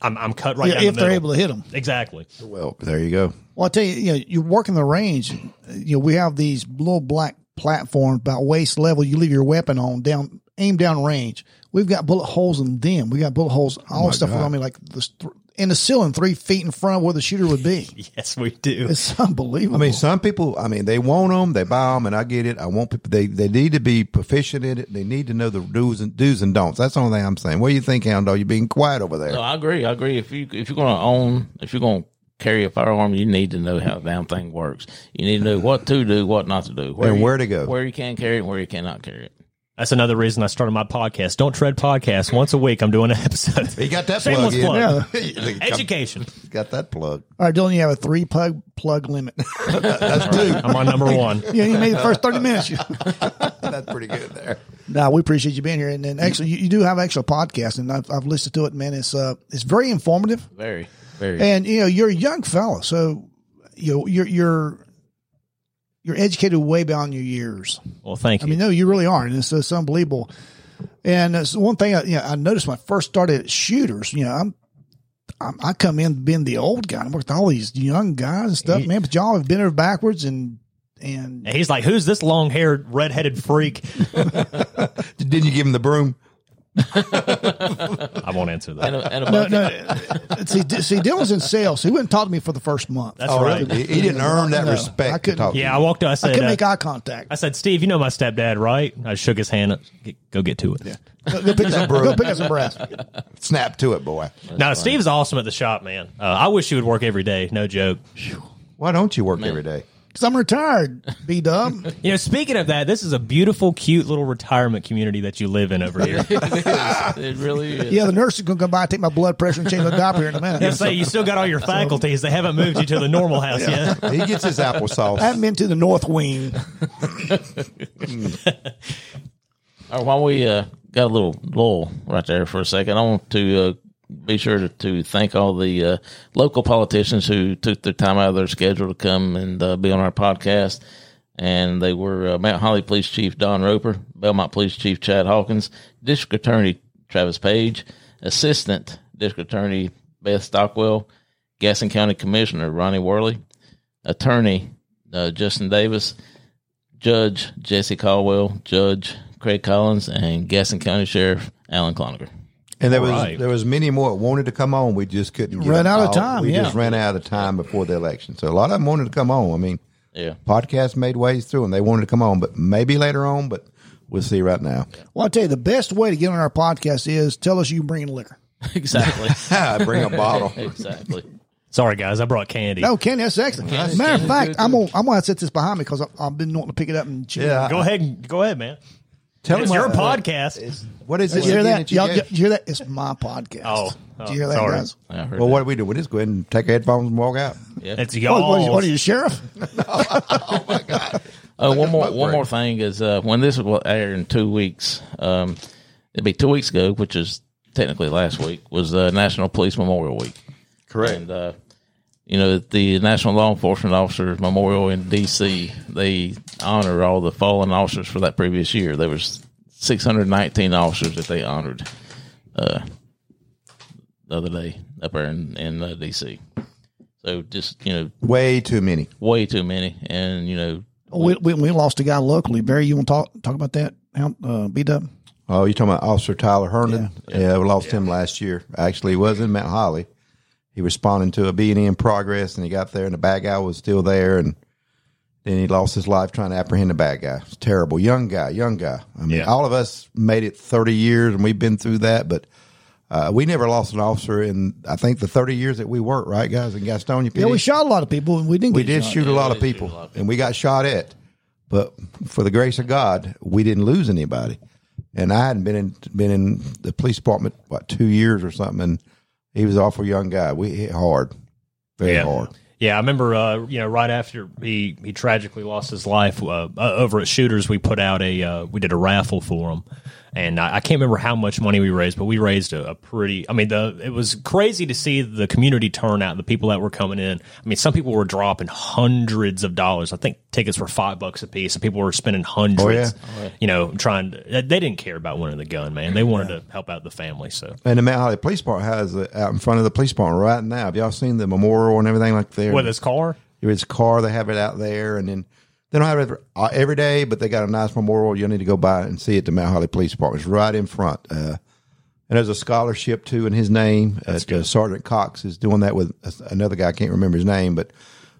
I'm, I'm cut right Yeah, down if the they're middle. able to hit them. exactly. Well, there you go. Well, I tell you, you know, you're working the range. You know, we have these little black platforms about waist level. You leave your weapon on down, aim down range. We've got bullet holes in them. We got bullet holes all stuff around me, like this th- in the ceiling, three feet in front of where the shooter would be. Yes, we do. It's unbelievable. I mean, some people, I mean, they want them, they buy them, and I get it. I want people, they, they need to be proficient in it. They need to know the do's and, do's and don'ts. That's the only thing I'm saying. What do you think, Hondo? You're being quiet over there. No, I agree. I agree. If you if you're gonna own, if you're gonna carry a firearm, you need to know how the damn thing works. You need to know what to do, what not to do, And you- where to go. where you can carry it, and where you cannot carry it. That's another reason I started my podcast. Don't tread podcast. Once a week, I'm doing an episode. He got that plug Shameless in. plug. He got- Education. Got that plug. all right, Dylan, you have a three plug plug limit. That's two. I'm on number one. you, you made the first thirty minutes. You- That's pretty good there. No, we appreciate you being here, and then actually, you, you do have actual podcast, and I've, I've listened to it. Man, it's uh, it's very informative. Very, very. And you know, you're a young fella, so you know, you're you're you're educated way beyond your years. Well, thank I you. mean, no, you really are, and it's, it's unbelievable. And it's one thing, I, you know, I noticed when I first started at shooters. You know, I'm, I'm I come in being the old guy. and I'm with all these young guys and stuff, man. But y'all have been over backwards and and and he's like, "Who's this long-haired, redheaded freak?" Didn't you give him the broom? I won't answer and that. a, and a no, bucket. no. see, see, Dylan's in sales. He wouldn't talk to me for the first month. That's right. Oh, He, he didn't earn that No, respect. I couldn't- to talk to Yeah, you. I walked up. I I said, couldn't uh, make eye contact. "I said, Steve, you know my stepdad, right?" I shook his hand. Get- Go get to it. Go pick, some, go pick up some brass. Snap to it, boy. Now, Steve's awesome at the shop, man. Uh, I wish he would work every day. No joke. Why don't you work every day? Because I'm retired, B Dub. You know, speaking of that, this is a beautiful, cute little retirement community that you live in over here. it really is. Yeah, the nurse is going to come by and take my blood pressure and change my diaper here in a minute. I say you still got all your faculties. They haven't moved you to the normal house yet. He gets his I haven't applesauce. been to the North Wing. All right, while we uh, got a little lull right there for a second, I want to uh, be sure to, to thank all the uh, local politicians who took their time out of their schedule to come and uh, be on our podcast. And they were uh, Mount Holly Police Chief Don Roper, Belmont Police Chief Chad Hawkins, District Attorney Travis Page, Assistant District Attorney Beth Stockwell, Gaston County Commissioner Ronnie Worley, Attorney uh, Justin Davis, Judge Jesse Caldwell, Judge Craig Collins, and Gaston County Sheriff Alan Cloniger. And there was Right. there was many more that wanted to come on. We just couldn't get Ran them out of all. time, We yeah. just ran out of time before the election. So a lot of them wanted to come on. I mean, Yeah. podcast made ways through, and they wanted to come on, but maybe later on. But we'll see right now. Well, I'll tell you, the best way to get on our podcast is tell us you bring liquor. Exactly. Bring a bottle. exactly. Sorry, guys, I brought candy. No, Kenny, that's excellent. Matter of fact, I'm gonna I'm gonna set this behind me because I've been wanting to pick it up and chew. Yeah, Go ahead, and- go ahead, man. tell It's him your what- podcast. What is Did it? you hear again that? you Y'all, gave? did you hear that? It's my podcast. Oh, Did you hear that, sorry. guys? I heard Well, that. what do we do? We just go ahead and take our headphones and walk out. It's What, y'all. what, are you, what are you, sheriff? Uh, one a more smoke one break. more thing is uh, when this will air in two weeks. Um, it'd be two weeks ago, which is technically last week, was uh, National Police Memorial Week, Correct. and uh, you know the National Law Enforcement Officers Memorial in D.C. They honor all the fallen officers for that previous year. There was 619 officers that they honored uh, the other day up there in, in uh, D.C. So just you know, Way too many. way too many, and you know. We, we, we lost a guy locally. Barry, you want to talk talk about that? How uh, beat up? Oh, you're talking about Officer Tyler Herndon? Yeah, we lost him last year. Actually, he was in Mount Holly. He responded to a B&E in progress, and he got there, and the bad guy was still there, and then he lost his life trying to apprehend the bad guy. It's terrible. Young guy, young guy. I mean, Yeah. all of us made it 30 years, and we've been through that, but uh, we never lost an officer in, I think, the 30 years that we worked, right, guys, in Gastonia PD? Yeah, we shot a lot of people and we didn't. we get did shot. shoot a Yeah, lot we of did shoot people, a lot of and we got shot at. But for the grace of God, we didn't lose anybody. And I hadn't been in been in the police department what two years or something. And he was an awful young guy. We hit hard, very Yeah. hard. Yeah, I remember. Uh, you know, right after he he tragically lost his life uh, uh, over at Shooters, we put out a uh, we did a raffle for him, and I, I can't remember how much money we raised, but we raised a, a pretty. I mean, the it was crazy to see the community turnout, the people that were coming in. I mean, some people were dropping hundreds of dollars. I think tickets were five bucks a piece, and people were spending hundreds. You know, trying to, they didn't care about winning the gun, man. They wanted to help out the family. So And the Mount Holly Police Department has it out in front of the police department right now. Have y'all seen the memorial and everything like there? with his car, It's car. They have it out there, and then they don't have it every- uh, every day, but they got a nice memorial. You'll need to go by and see it. The Mount Holly Police Department It's right in front. Uh, and there's a scholarship too in his name. That's uh, Sergeant Cox is doing that with a- another guy. I can't remember his name, but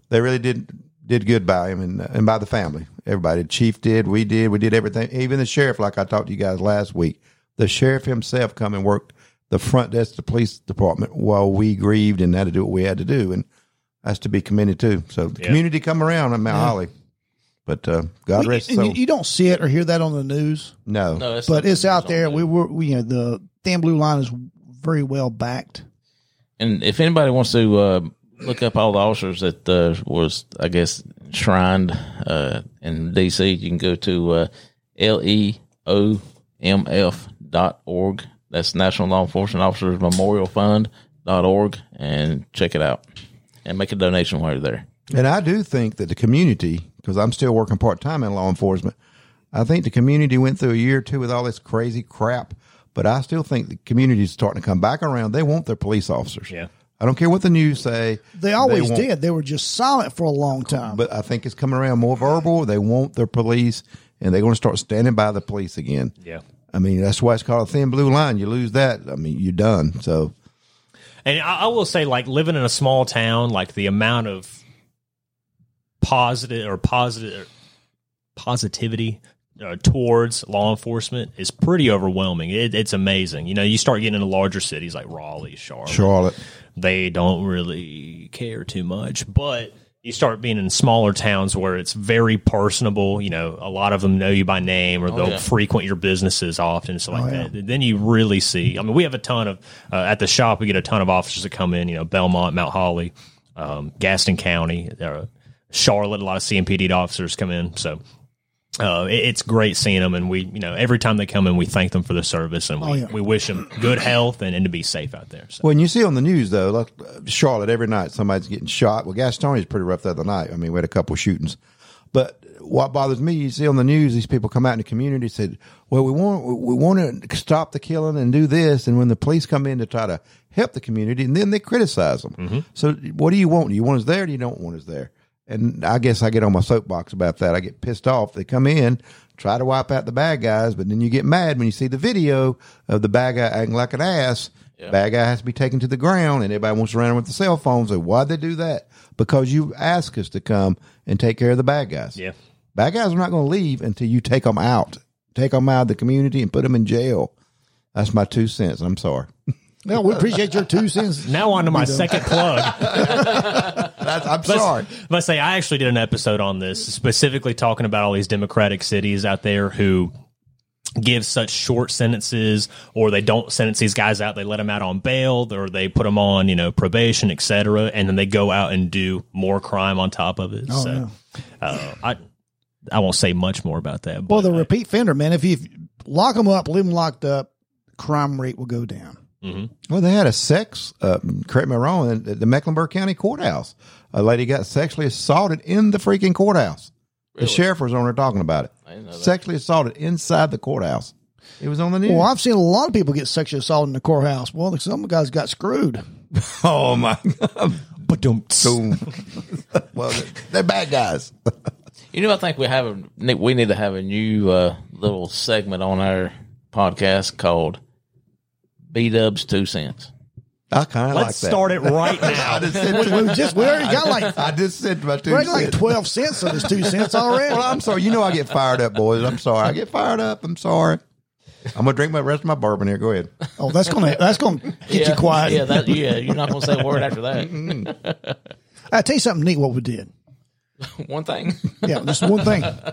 they really did did good by him and uh, and by the family. Everybody, the chief did, we did, we did everything. Even the sheriff, like I talked to you guys last week, the sheriff himself come and worked the front desk of the police department while we grieved and had to do what we had to do, and that's to be commended too. So the community come around on Mount Holly, but uh, God We- rest and so you, you don't see it or hear that on the news, no. No, it's but it's out there. on We were, we, you know, the thin blue line is very well backed. And if anybody wants to uh, look up all the officers that uh, was, I guess, shrined uh, in D.C., you can go to uh, E leomf dot org. That's National Law Enforcement Officers Memorial Fund dot org, and check it out and make a donation while you're there. And I do think that the community, because I'm still working part time in law enforcement, I think the community went through a year or two with all this crazy crap. But I still think the community is starting to come back around. They want their police officers. Yeah. I don't care what the news say. They always want- did. They were just silent for a long time. But I think it's coming around more verbal. They want their police, and they're going to start standing by the police again. yeah. I mean, that's why it's called a thin blue line. You lose that, I mean, you're done. So And I, I will say, like living in a small town, like the amount of positive or positive positivity uh, towards law enforcement is pretty overwhelming. It, it's amazing. You know, you start getting into larger cities like Raleigh, Charlotte. Charlotte, They don't really care too much, but. You start being in smaller towns where it's very personable. You know, a lot of them know you by name, or they'll yeah. frequent your businesses often, so Oh, like that. Then you really see. I mean, we have a ton of uh, at the shop. We get a ton of officers that come in. You know, Belmont, Mount Holly, um, Gaston County, uh, Charlotte. A lot of CMPD officers come in. So uh, it- it's great seeing them, and we, you know, every time they come in, we thank them for their service, and we, Oh, yeah. we wish them good health and, and to be safe out there. So When you see on the news though, like uh, Charlotte, every night somebody's getting shot. Well, Gastonia's pretty rough the other night. I mean, we had a couple shootings. But what bothers me, you see on the news, these people come out in the community said, "Well, we want we want to stop the killing and do this." And when the police come in to try to help the community, and then they criticize them. So, what do you want? Do you want us there? Or do you don't want us there? And I guess I get on my soapbox about that. I get pissed off. They come in, try to wipe out the bad guys, but then you get mad when you see the video of the bad guy acting like an ass. Bad guy has to be taken to the ground, and everybody wants to run with the cell phones. And why'd they do that? Because you asked us to come and take care of the bad guys. yeah, Bad guys are not going to leave until you take them out. Take them out of the community and put them in jail. That's my two cents. I'm sorry. well, we appreciate your two cents. now on to my second plug. That's, I'm Let's- sorry. Let's say I actually did an episode on this, specifically talking about all these Democratic cities out there who give such short sentences, or they don't sentence these guys out. They let them out on bail, or they put them on you know probation, etc., and then they go out and do more crime on top of it. so, uh, I. I won't say much more about that. Well, but the repeat offender, man, if you lock them up, leave them locked up, crime rate will go down. Well, they had a sex, uh, correct me if I'm wrong, in the Mecklenburg County courthouse. A lady got sexually assaulted in the freaking courthouse. The sheriff was on there talking about didn't know it. that. Sexually assaulted inside the courthouse. It was on the news. Well, I've seen a lot of people get sexually assaulted in the courthouse. Well, some guys got screwed. Oh my god! but don't. Boom. well, they're- they're bad guys. You know, I think we have a, Nick, we need to have a new uh, little segment on our podcast called B Dub's Two Cents. I kind of like that. Let's start it right I now. just said, We just we already got like I just said my two we already got like cents. twelve cents of his two cents already. Well, I'm sorry. You know I get fired up, boys. I'm sorry. I get fired up. I'm sorry. I'm gonna drink my rest of my bourbon here. Go ahead. Oh, that's gonna that's gonna get yeah, you quiet. Yeah, that, yeah, you're not going to say a word after that. I tell you something neat. What we did. One thing. yeah, just one thing. Uh,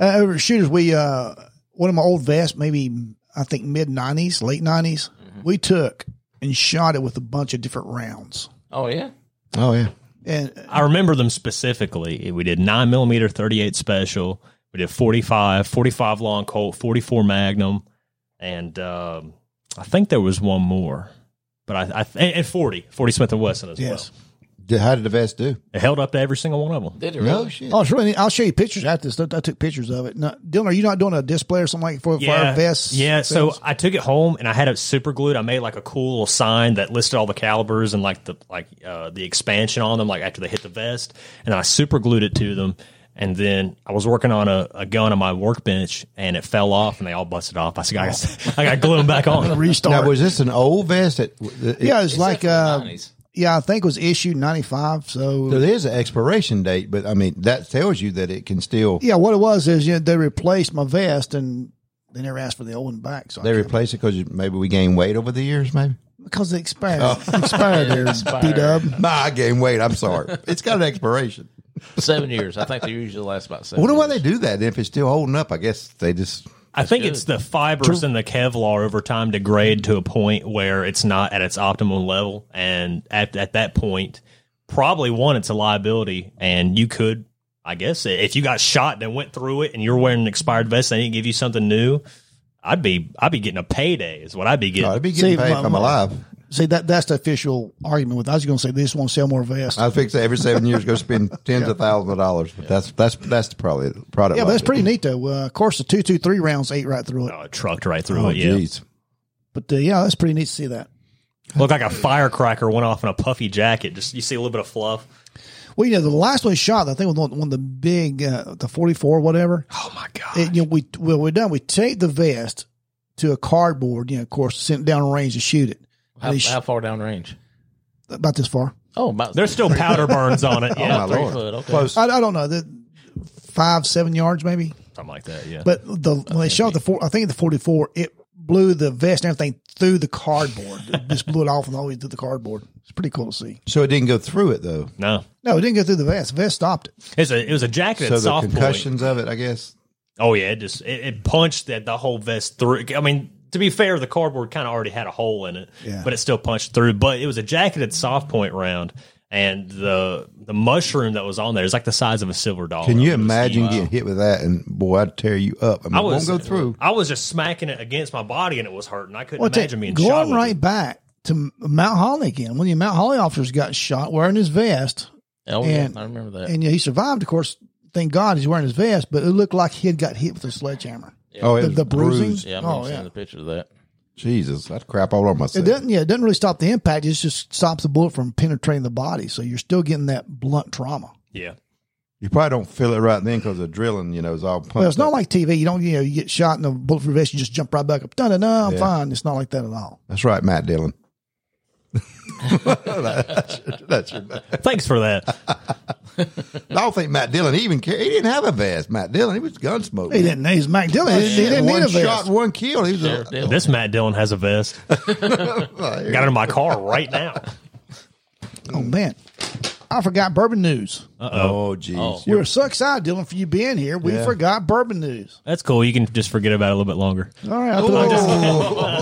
over at shooters, we uh, one of my old vests, maybe I think mid nineties, late 90s we took and shot it with a bunch of different rounds. Oh, yeah. Oh yeah. And uh, I remember them specifically. We did 9 millimeter 38 special. We did 45, 45 long Colt, 44 Magnum. And um, I think there was one more. But I, I and and 40, 40 Smith & Wesson as Yes. well. Did- How did the vest do? It held up to every single one of them. Did it really? No shit. oh, it's really neat. I'll show you pictures after this. I I took pictures of it. Now, Dylan, are you not doing a display or something like for, for our vests? Yeah, so sales? I took it home and I had it super glued. I made like a cool little sign that listed all the calibers and like the like uh, the expansion on them, like after they hit the vest, and I super glued it to them. And then I was working on a, a gun on my workbench and it fell off and they all busted off. I said, I got, I got to glue them back on. restart. Now was this an old vest? That, it, yeah, it's like uh, 90s. yeah, I think it was issue ninety five. So there's an expiration date, but I mean that tells you that it can still. Yeah, what it was is you know, they replaced my vest and they never asked for the old one back. So I They can't- replace it because maybe we gain weight over the years. Maybe. because it expired. expired there, B Dub. Nah, I gained weight. I'm sorry. it's got an expiration. Seven years. I think they usually last about I seven. wonder why years. they do that. If it's still holding up, I guess they just. I think it's the fibers and the Kevlar over time degrade to a point where it's not at its optimal level. And at, at that point, probably one, it's a liability. And you could, I guess, if you got shot and went through it and you're wearing an expired vest and they didn't give you something new, I'd be, I'd be getting a payday is what I'd be getting. I'd oh, be getting See, paid my- if I'm my- alive. See that that's the official argument with. I was going to say they just want to sell more vests. I fix it every seven years. Go spend tens of thousands of dollars. But that's that's that's probably the product. yeah, but that's liability. pretty neat though. Uh, of course, the two two three rounds ate right through it. Oh, it trucked right through Oh, it. Yeah. jeez. But uh, yeah, that's pretty neat to see that. Looked like a firecracker went off in a puffy jacket. Just, you see a little bit of fluff. Well, you know, the last one shot, I think, was one one of the big, uh, the forty four, whatever. Oh my God. It, you know, we well, we're done. We take the vest to a cardboard. You know, of course, sent down range to shoot it. How, They sh- how far down range? about this far. Oh, about There's still powder burns on it. Oh Yeah. my three lord. foot, okay. Close. I, I don't know, the five seven yards maybe. Something like that. Yeah. But the when they shot the four, I think the forty four, it blew the vest and everything through the cardboard. it just blew it off and all the way through the cardboard. It's pretty cool to see. So it didn't go through it though. no. No, it didn't go through the vest. The vest stopped it. It's a, it was a So jacket at the soft point. concussions of it, I guess. Oh yeah, it just it, it punched that the whole vest through. I mean, to be fair, the cardboard kind of already had a hole in it, Yeah. but it still punched through. But it was a jacketed soft point round, and the the mushroom that was on there is like the size of a silver dollar. Can you It was- imagine getting hit with that? And boy, I'd tear you up. I, mean, I it won't was uh, go through. I was just smacking it against my body, and it was hurting. I couldn't Well, take, imagine being going shot. with right it. back to M- Mount Holly again. One of the Mount Holly officers got shot wearing his vest, oh, yeah, and- I remember that. and yeah, he survived. Of course, thank God he's wearing his vest, but it looked like he had got hit with a sledgehammer. Oh, it The- was the bruising? bruised. yeah, I oh, remember seeing yeah. the picture of that. Jesus, I'd crap all over It myself. doesn't. Yeah, it doesn't really stop the impact. It just stops the bullet from penetrating the body. So you're still getting that blunt trauma. Yeah, You probably don't feel it right then because the drilling, you know, is all punched. Well, it's not up. like TV. You don't, you know, you get shot in a bulletproof vest, you just jump right back up. No, no, no, I'm Yeah. fine. It's not like that at all. That's right, Matt Dillon. that's, your- that's your, thanks for that. I don't think Matt Dillon even cared. He didn't have a vest. Matt Dillon, he was gun smoking. He didn't. He's Mac Dillon. He, he didn't one need a vest. shot, one kill. He was a, Sheriff Dillon. this Matt Dillon has a vest. Got it in my car right now. Oh man. I forgot bourbon news. Oh, geez. Oh. We're so excited, Dylan, for you being here. We Yeah. forgot bourbon news. That's cool. You can just forget about it a little bit longer. All right, I thought-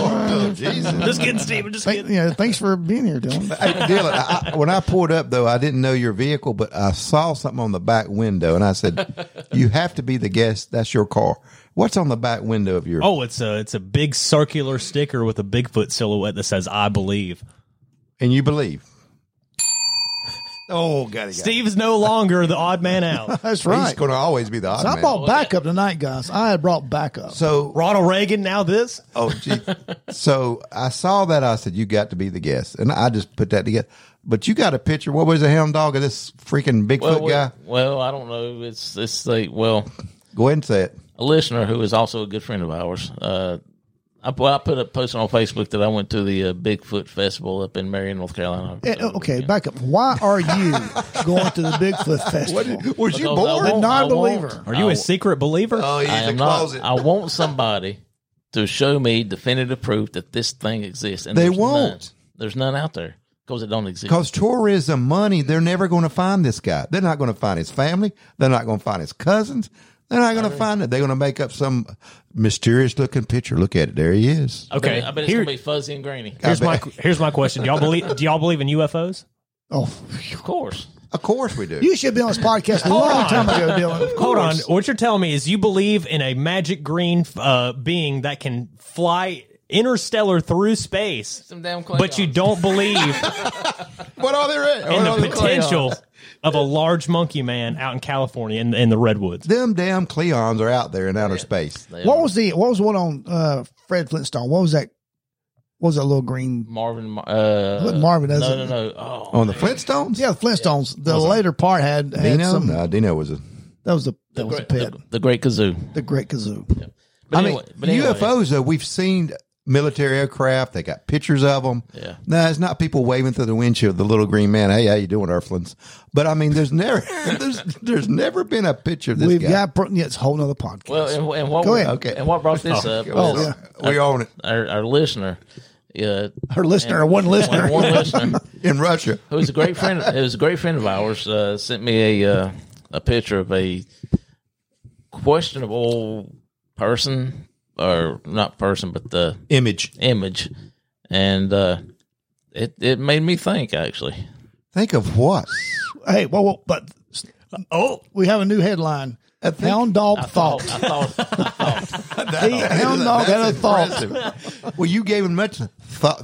Oh, Jesus. Just kidding, Steven. Just Thank- yeah, thanks for being here, Dylan. Hey, Dylan, I, I- when I pulled up though, I didn't know your vehicle, but I saw something on the back window, and I said, "You have to be the guest. That's your car." What's on the back window of your? Oh, it's a it's a big circular sticker with a Bigfoot silhouette that says "I believe." And you believe? Oh, got it. Steve's no longer the odd man out. That's He's right. going to always be the odd So I man. brought backup tonight, guys. I had brought backup. so Ronald Reagan. Now this. Oh, gee. so I saw that. I said, "You got to be the guest," and I just put that together. But you got a picture. What was the hound dog of this freaking Bigfoot Well, guy? well, well, I don't know. It's it's like well, Go ahead and say it. a listener who is also a good friend of ours. Uh, I, well, I put a post on Facebook that I went to the uh, Bigfoot Festival up in Marion, North Carolina. Eh, okay, back up. Why are you going to the Bigfoot Festival? Was Because you I born? want- Not a I want- believer. Are you I- a secret believer? Oh, he's I a am not. closet. I want somebody to show me definitive proof that this thing exists. And They there's won't. none. There's none out there because it don't exist. Because tourism money, they're never going to find this guy. They're not going to find his family. They're not going to find his cousins. They're not going to find it. They're going to make up some mysterious looking picture. Look at it. There he is. okay. I bet it's Here, gonna be fuzzy and grainy. here's my here's my question. Do y'all believe do y'all believe in UFOs? Oh, Of course. Of course we do. you should be on this podcast a long time ago, Dylan. Hold on. What you're telling me is you believe in a magic green uh, being that can fly interstellar through space, Some damn Klingons. but you don't believe what are they? in what the Oh, are they- potential of a large monkey man out in California in, in the redwoods. Them damn Cleons are out there in outer space. They What are was the what was the one on uh, Fred Flintstone? What was that? What was that little green? Marvin? Mar- Uh, What Marvin No, is no, it? no. Oh, On the Flintstones? Yeah, the Flintstones. The later part had, had Dino? some. No, Dino was a. That was a that the, was a great, pet. the, the Great Kazoo. The Great Kazoo. But I anyway, mean, but anyway, UFOs, though, we've seen military aircraft. They got pictures of them. Yeah. No, it's not people waving through the windshield, the little green man. Hey, how you doing, Earthlings? But I mean, there's never, there's, there's never been a picture of this We've guy. got pro- yeah, it's a whole nother podcast. Well, and, and what Go we- ahead. Okay. And what brought this up? oh, was yeah. We own it our, our listener, uh, Her listener, one listener. one listener, in Russia. who's a great friend, who's a great friend of ours, uh, sent me a uh, a picture of a questionable person, or not person, but the Image. image, and uh, it it made me think actually. Think of what? hey, well, well, but oh, we have a new headline. Hound dog thought. I thought The hound dog had a thought. thought. Well, you gave him much thought.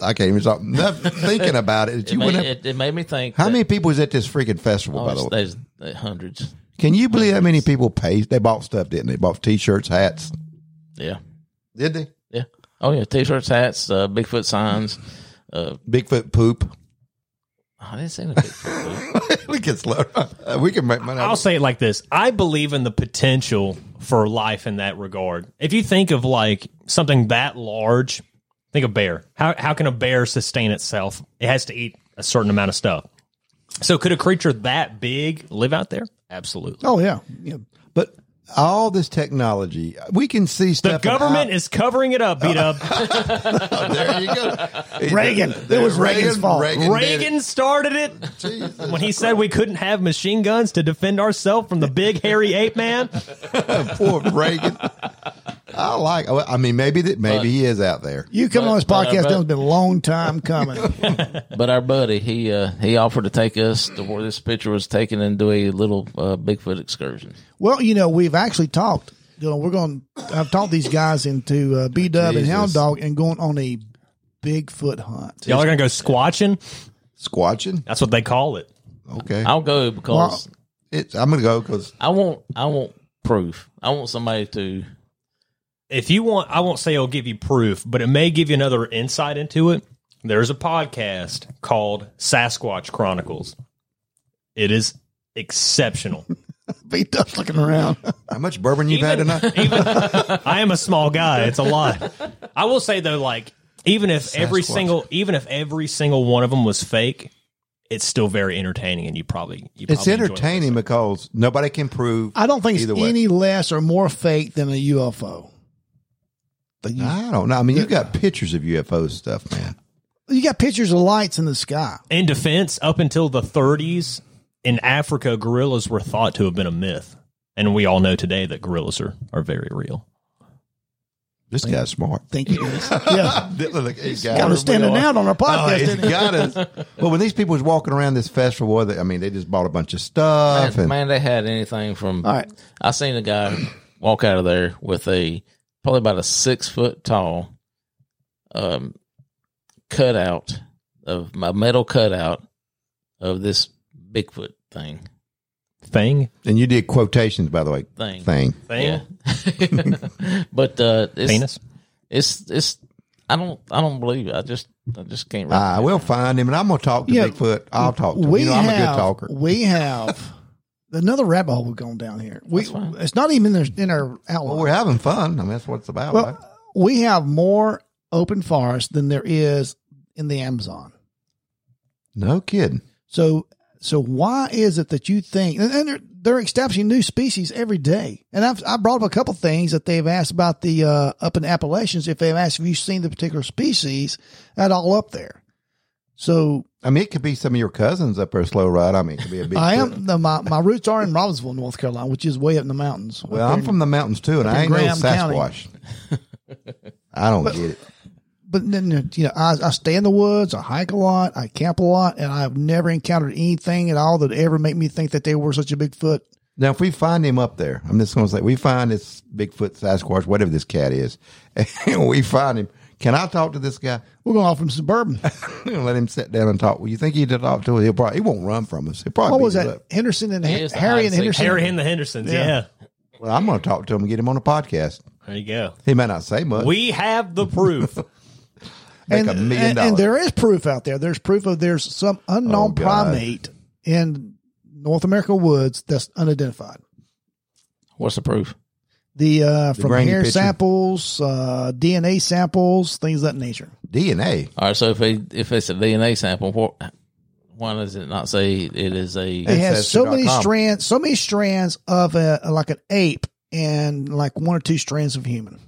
I can't even stop nothing- thinking about it. it You made, wouldn't have- it, it made me think. how that- many people was at this freaking festival, Oh, by the way? it's- there's uh, hundreds. Can you believe how many people paid? They bought stuff, didn't they? Bought T-shirts, hats. Yeah, Did they? yeah. Oh yeah, t-shirts, hats, uh, Bigfoot signs. Uh, Bigfoot poop. I didn't see any Bigfoot. dude. Look, it's low. Uh, We can make money. I'll out of say it like this: I believe in the potential for life in that regard. If you think of like something that large, think of bear. How how can a bear sustain itself? It has to eat a certain amount of stuff. So could a creature that big live out there? Absolutely. Oh yeah, yeah. it. But all this technology, we can see The stuff. in government is covering it up, beat up. our- there you go. Reagan. It was Reagan's fault. did it. Reagan started it Jesus. when he said we couldn't have machine guns to defend ourselves from the big hairy ape man. Poor Reagan. I like. well, I mean, maybe that. Maybe he is out there. You come on this but- podcast. but- Dylan's been a long time coming. But our buddy, he uh, he offered to take us to where this picture was taken and do a little uh, Bigfoot excursion. Well, you know, we've actually talked. You know, we're going. to I've talked these guys into uh, B Dub and Jesus. Hound Dog and going on a Bigfoot hunt. Y'all are gonna go squatching. Squatching. That's what they call it. Okay. I'll go because It's, I'm gonna go because I want I want proof. I want somebody to if you want, I won't say it'll give you proof, but it may give you another insight into it. There's a podcast called Sasquatch Chronicles. It is exceptional. B Dub's looking around. how much bourbon you've had tonight? I am a small guy. It's a lot. I will say though, like even if every Sasquatch. single, even if every single one of them was fake, it's still very entertaining, and you probably you It's probably enjoy it. entertaining because nobody can prove. I don't think it's Either way. any less or more fake than a UFO. The U- I don't know. I mean, you got pictures of UFO stuff, man. You got pictures of lights in the sky. In defense, up until the 30s in Africa, gorillas were thought to have been a myth. And we all know today that gorillas are, are very real. This guy's smart. Thank you. guys. yeah. Look, he Kind got of us. standing out Oh, on our podcast, He's didn't he? got us. Well, when these people was walking around this festival, boy, they, I mean, they just bought a bunch of stuff. Man, And, man, they had anything from. All right. I seen a guy walk out of there with a probably about a six foot tall um, cutout of my metal cutout of this Bigfoot thing. Thing? and you did quotations, by the way. Thing. Thing. Thing? Yeah. but uh, it's, Penis? It's it's. I don't. I don't believe it. I just. I just can't. Ah, I will find him, and I'm going to talk to Yeah, Bigfoot. I'll talk to him. we You know, I'm a good have, talker. We have another rabbit hole we've gone down here. We, That's fine. it's not even in our, in our outline. Well, we're having fun. I mean, that's what it's about. Well, right? we have more open forest than there is in the Amazon. No kidding. So, so why is it that you think, and, and they're, they're establishing new species every day. And I've, I brought up a couple things that they've asked about the, uh, up in Appalachians, if they've asked if you've seen the particular species at all up there. So I mean, it could be some of your cousins up there, slow ride. I mean, it could be a big. I am, the, my, my roots are in Robbinsville, North Carolina, which is way up in the mountains. up Well, there I'm in- from the mountains too, and up in I ain't no Graham County. Sasquatch. I don't get it. but then uh, you know I, I stay in the woods i hike a lot i camp a lot and i've never encountered anything at all that ever made me think that they were such a big foot Now, if we find him up there, I'm just going to say we find this Bigfoot, Sasquatch, whatever this cat is, and we find him. Can I talk to this guy? we're going off from suburban We're gonna Let him sit down and talk. Well, you think he'd talk to us? He'll probably he won't run from us. He'll probably what beat was us that up. henderson and It is the harry and hide and henderson seek. Harry and the Hendersons. Yeah. Yeah. Well, I'm going to talk to him and get him on a podcast. There you go. He might not say much. We have the proof. make and, a million and- dollars. and there is proof out there there's proof of there's some unknown Oh, God. primate in north america woods that's unidentified What's the proof? the uh from grainy hair picture. samples uh dna samples things of that nature DNA. All right. So if they, if it's a DNA sample, what? Why does it not say it is a? it has so many Ancestry.com. strands, so many strands of a like an ape and like one or two strands of human.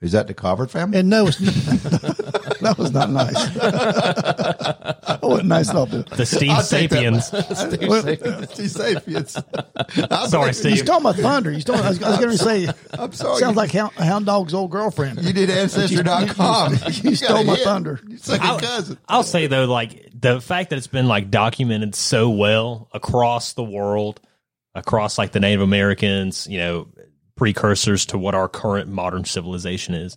Is that the Covert family? And no, it's that was not nice. that wasn't nice at all. Bill. The Steve I'll take that. Sapiens. He's safe. It's, I Sorry, believe it. He's Steve. talking about thunder. He's talking. I was, I was going to say, I'm sorry. sounds like Hound, Hound Dog's old you girlfriend. did Ancestry.com. you stole got my hit. thunder. You second cousin. I'll say though, like the fact that it's been like documented so well across the world, across like the Native Americans, you know, precursors to what our current modern civilization is.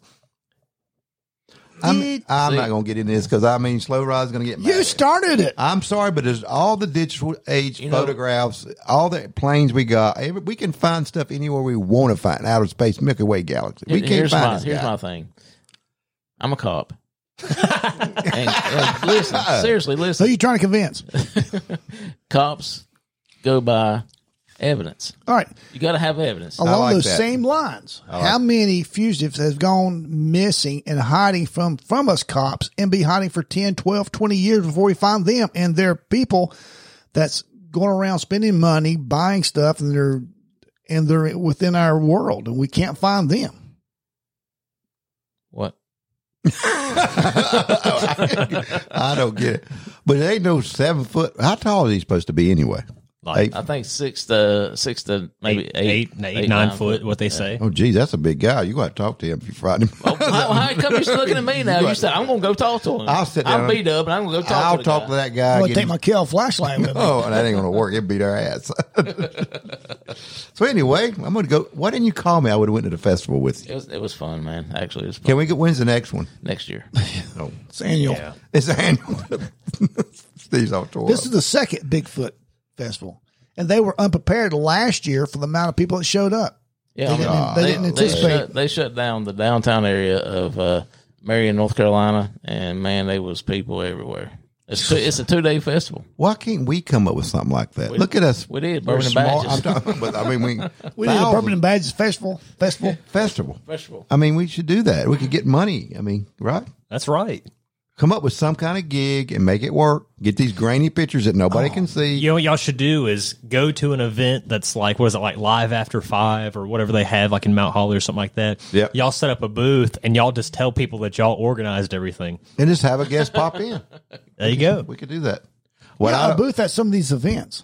I'm, I'm not going to get into this because I mean, Slow Ride's going to get mad. You started it. I'm sorry, but there's all the digital age know- photographs, all the planes we got. Every, we can find stuff anywhere we want to find outer space, Milky Way galaxy. We can't here's find my, this here's guy. my thing. I'm a cop. and, and listen, seriously, So listen. you trying to convince? Cops go by evidence. All right. You got to have evidence. Along like those that. same lines, how many fugitives have gone missing and hiding from, from us cops and be hiding for 10, 12, 20 years before we find them and their people that's going around spending money, buying stuff, and they're and they're within our world and we can't find them. What? I don't get it. But it ain't no seven foot. How tall is he supposed to be anyway? Like Eight. I think six to six to maybe eight, eight, eight, eight, nine foot, what they say. Oh, geez, that's a big guy. You got to talk to him if you frighten him. How, how come you're looking at me now? You said I'm going to go talk to him. I'll sit down. I'll beat up and I'm going to go talk. I'll to the talk guy. to that guy. I'm going get to take him- my Kel flashlight with me. oh, and that ain't gonna work. It beat our ass. so anyway, I'm gonna go. Why didn't you call me? I would have went to the festival with you. It was it was fun, man. Actually, it was fun. Can we get? When's the next one? Next year, No, It's annual. Yeah. Oh. it's annual. Steve's all tore This up. is the second Bigfoot festival. And they were unprepared last year for the amount of people that showed up. yeah, They didn't- they didn't They anticipate. shut, they shut down the downtown area of uh, Marion, North Carolina, and man, there was people everywhere. It's two, it's a two day festival. Why can't we come up with something like that? Look at us. We did We're bourbon and small. I'm badges talking, but I mean, we We did a thousands. Bourbon and Badges Festival. Festival. festival. festival. I mean, we should do that. We could get money. I mean, right? That's right. Come up with some kind of gig and make it work. Get these grainy pictures that Oh, nobody can see. You know what y'all should do is go to an event that's like what is it like live after five or whatever they have like in Mount Holly or something like that. Yep. Y'all set up a booth and y'all just tell people that y'all organized everything. And just have a guest pop in. There you go. We could do that. What yeah, I a booth at some of these events.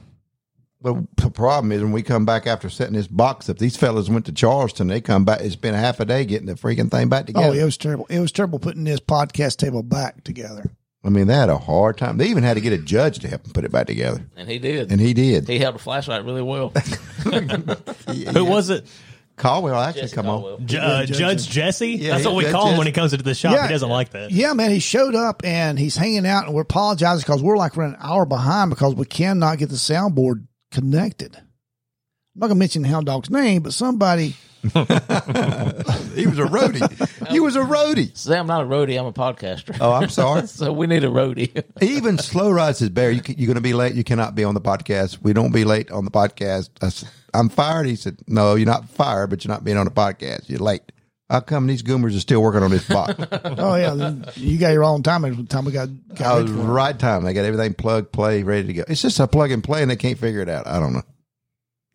But the problem is when we come back after setting this box up, these fellas went to Charleston. They come back. It's been a half a day getting the freaking thing back together. Oh, it was terrible. It was terrible putting this podcast table back together. I mean, they had a hard time. They even had to get a judge to help them put it back together, and he did. and he did. he held a flashlight really well. Who was it? Caldwell actually Jesse come Caldwell. on. J- uh, Judge Jesse. that's yeah, what we Judge call him Jesse. when he comes into the shop. Yeah. he doesn't like that. Yeah, man, he showed up and he's hanging out, and we're apologizing because we're like we're an hour behind because we cannot get the soundboard connected. I'm not gonna mention the Hound Dog's name, but somebody. He was a roadie. he was a roadie. Say I'm not a roadie. I'm a podcaster. Oh, I'm sorry. so we need a roadie. even slow ride says, Bear, you, ca- you're going to be late. You cannot be on the podcast. We don't be late on the podcast. I s- I'm fired. He said, No, you're not fired, but you're not being on the podcast. You're late. How come these goomers are still working on this box? Oh yeah, you got your own time. Every time we got, I got Oh, was right time. They got everything plug, play, ready to go. It's just a plug and play, and they can't figure it out. I don't know.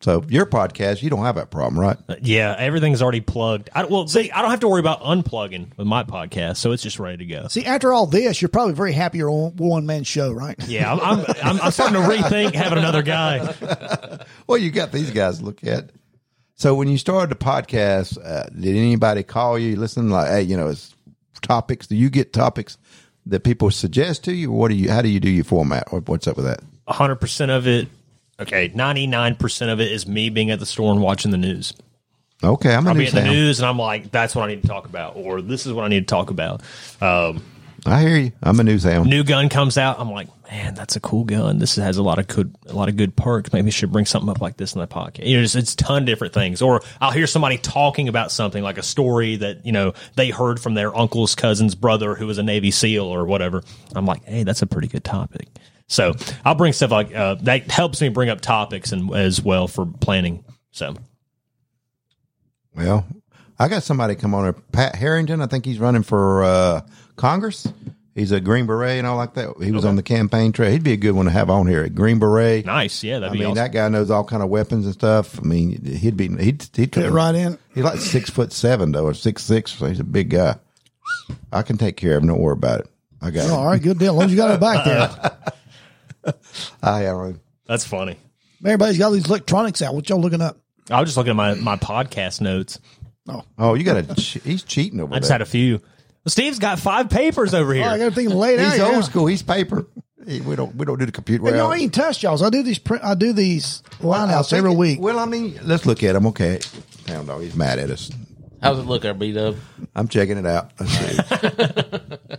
So your podcast, you don't have that problem, right? Yeah, everything's already plugged. I, well, see, I don't have to worry about unplugging with my podcast, so it's just ready to go. See, after all this, you're probably very happy you're a one man show, right? Yeah, I'm, I'm, I'm, I'm starting to rethink having another guy. Well, you got these guys to look at. So when you started the podcast, uh, did anybody call you? Listen, like, hey, you know, it's topics. Do you get topics that people suggest to you? What do you? How do you do your format? What- What's up with that? 100% of it, okay, 99% of it is me being at the store and watching the news. Okay, I'm I'll gonna be do at the Sam. news and I'm like, that's what I need to talk about, or this is what I need to talk about. Um, I hear you. I'm a new Sam. new gun comes out, I'm like, man, that's a cool gun. This has a lot of good, a lot of good perks. Maybe I should bring something up like this in the pocket. You know, it's, it's a ton of different things. Or I'll hear somebody talking about something like a story that you know they heard from their uncle's cousin's brother who was a Navy SEAL or whatever. I'm like, hey, that's a pretty good topic. So I'll bring stuff like uh, that helps me bring up topics and as well for planning. So Well, I got somebody come on here, Pat Harrington. I think he's running for uh, Congress. He's a Green Beret and all like that. He was on the campaign trail. He'd be a good one to have on here. A Green Beret. nice, yeah, that'd I be mean, awesome. that guy knows all kind of weapons and stuff. I mean, he'd be he'd he'd Fit right in. He's like six foot seven though, or six six. So he's a big guy. I can take care of him. Don't worry about it. I got. Oh, him. all right, good deal. As long as you got it back there. I have him. that's funny. Everybody's got all these electronics out. What y'all looking up? I was just looking at my my podcast notes. Oh, you got to. he's cheating over I just there. had a few. Steve's got five papers over here. Oh, I got everything laid out. he's yeah. old school. He's paper. He- we don't we don't do the computer. And well, y'all ain't touched y'all's. I do these print. I do these I lineouts think- every week. Well, I mean, let's look at him. Okay, Damn dog, he's mad at us. How's it look, our beat up? I'm checking it out. Let's see.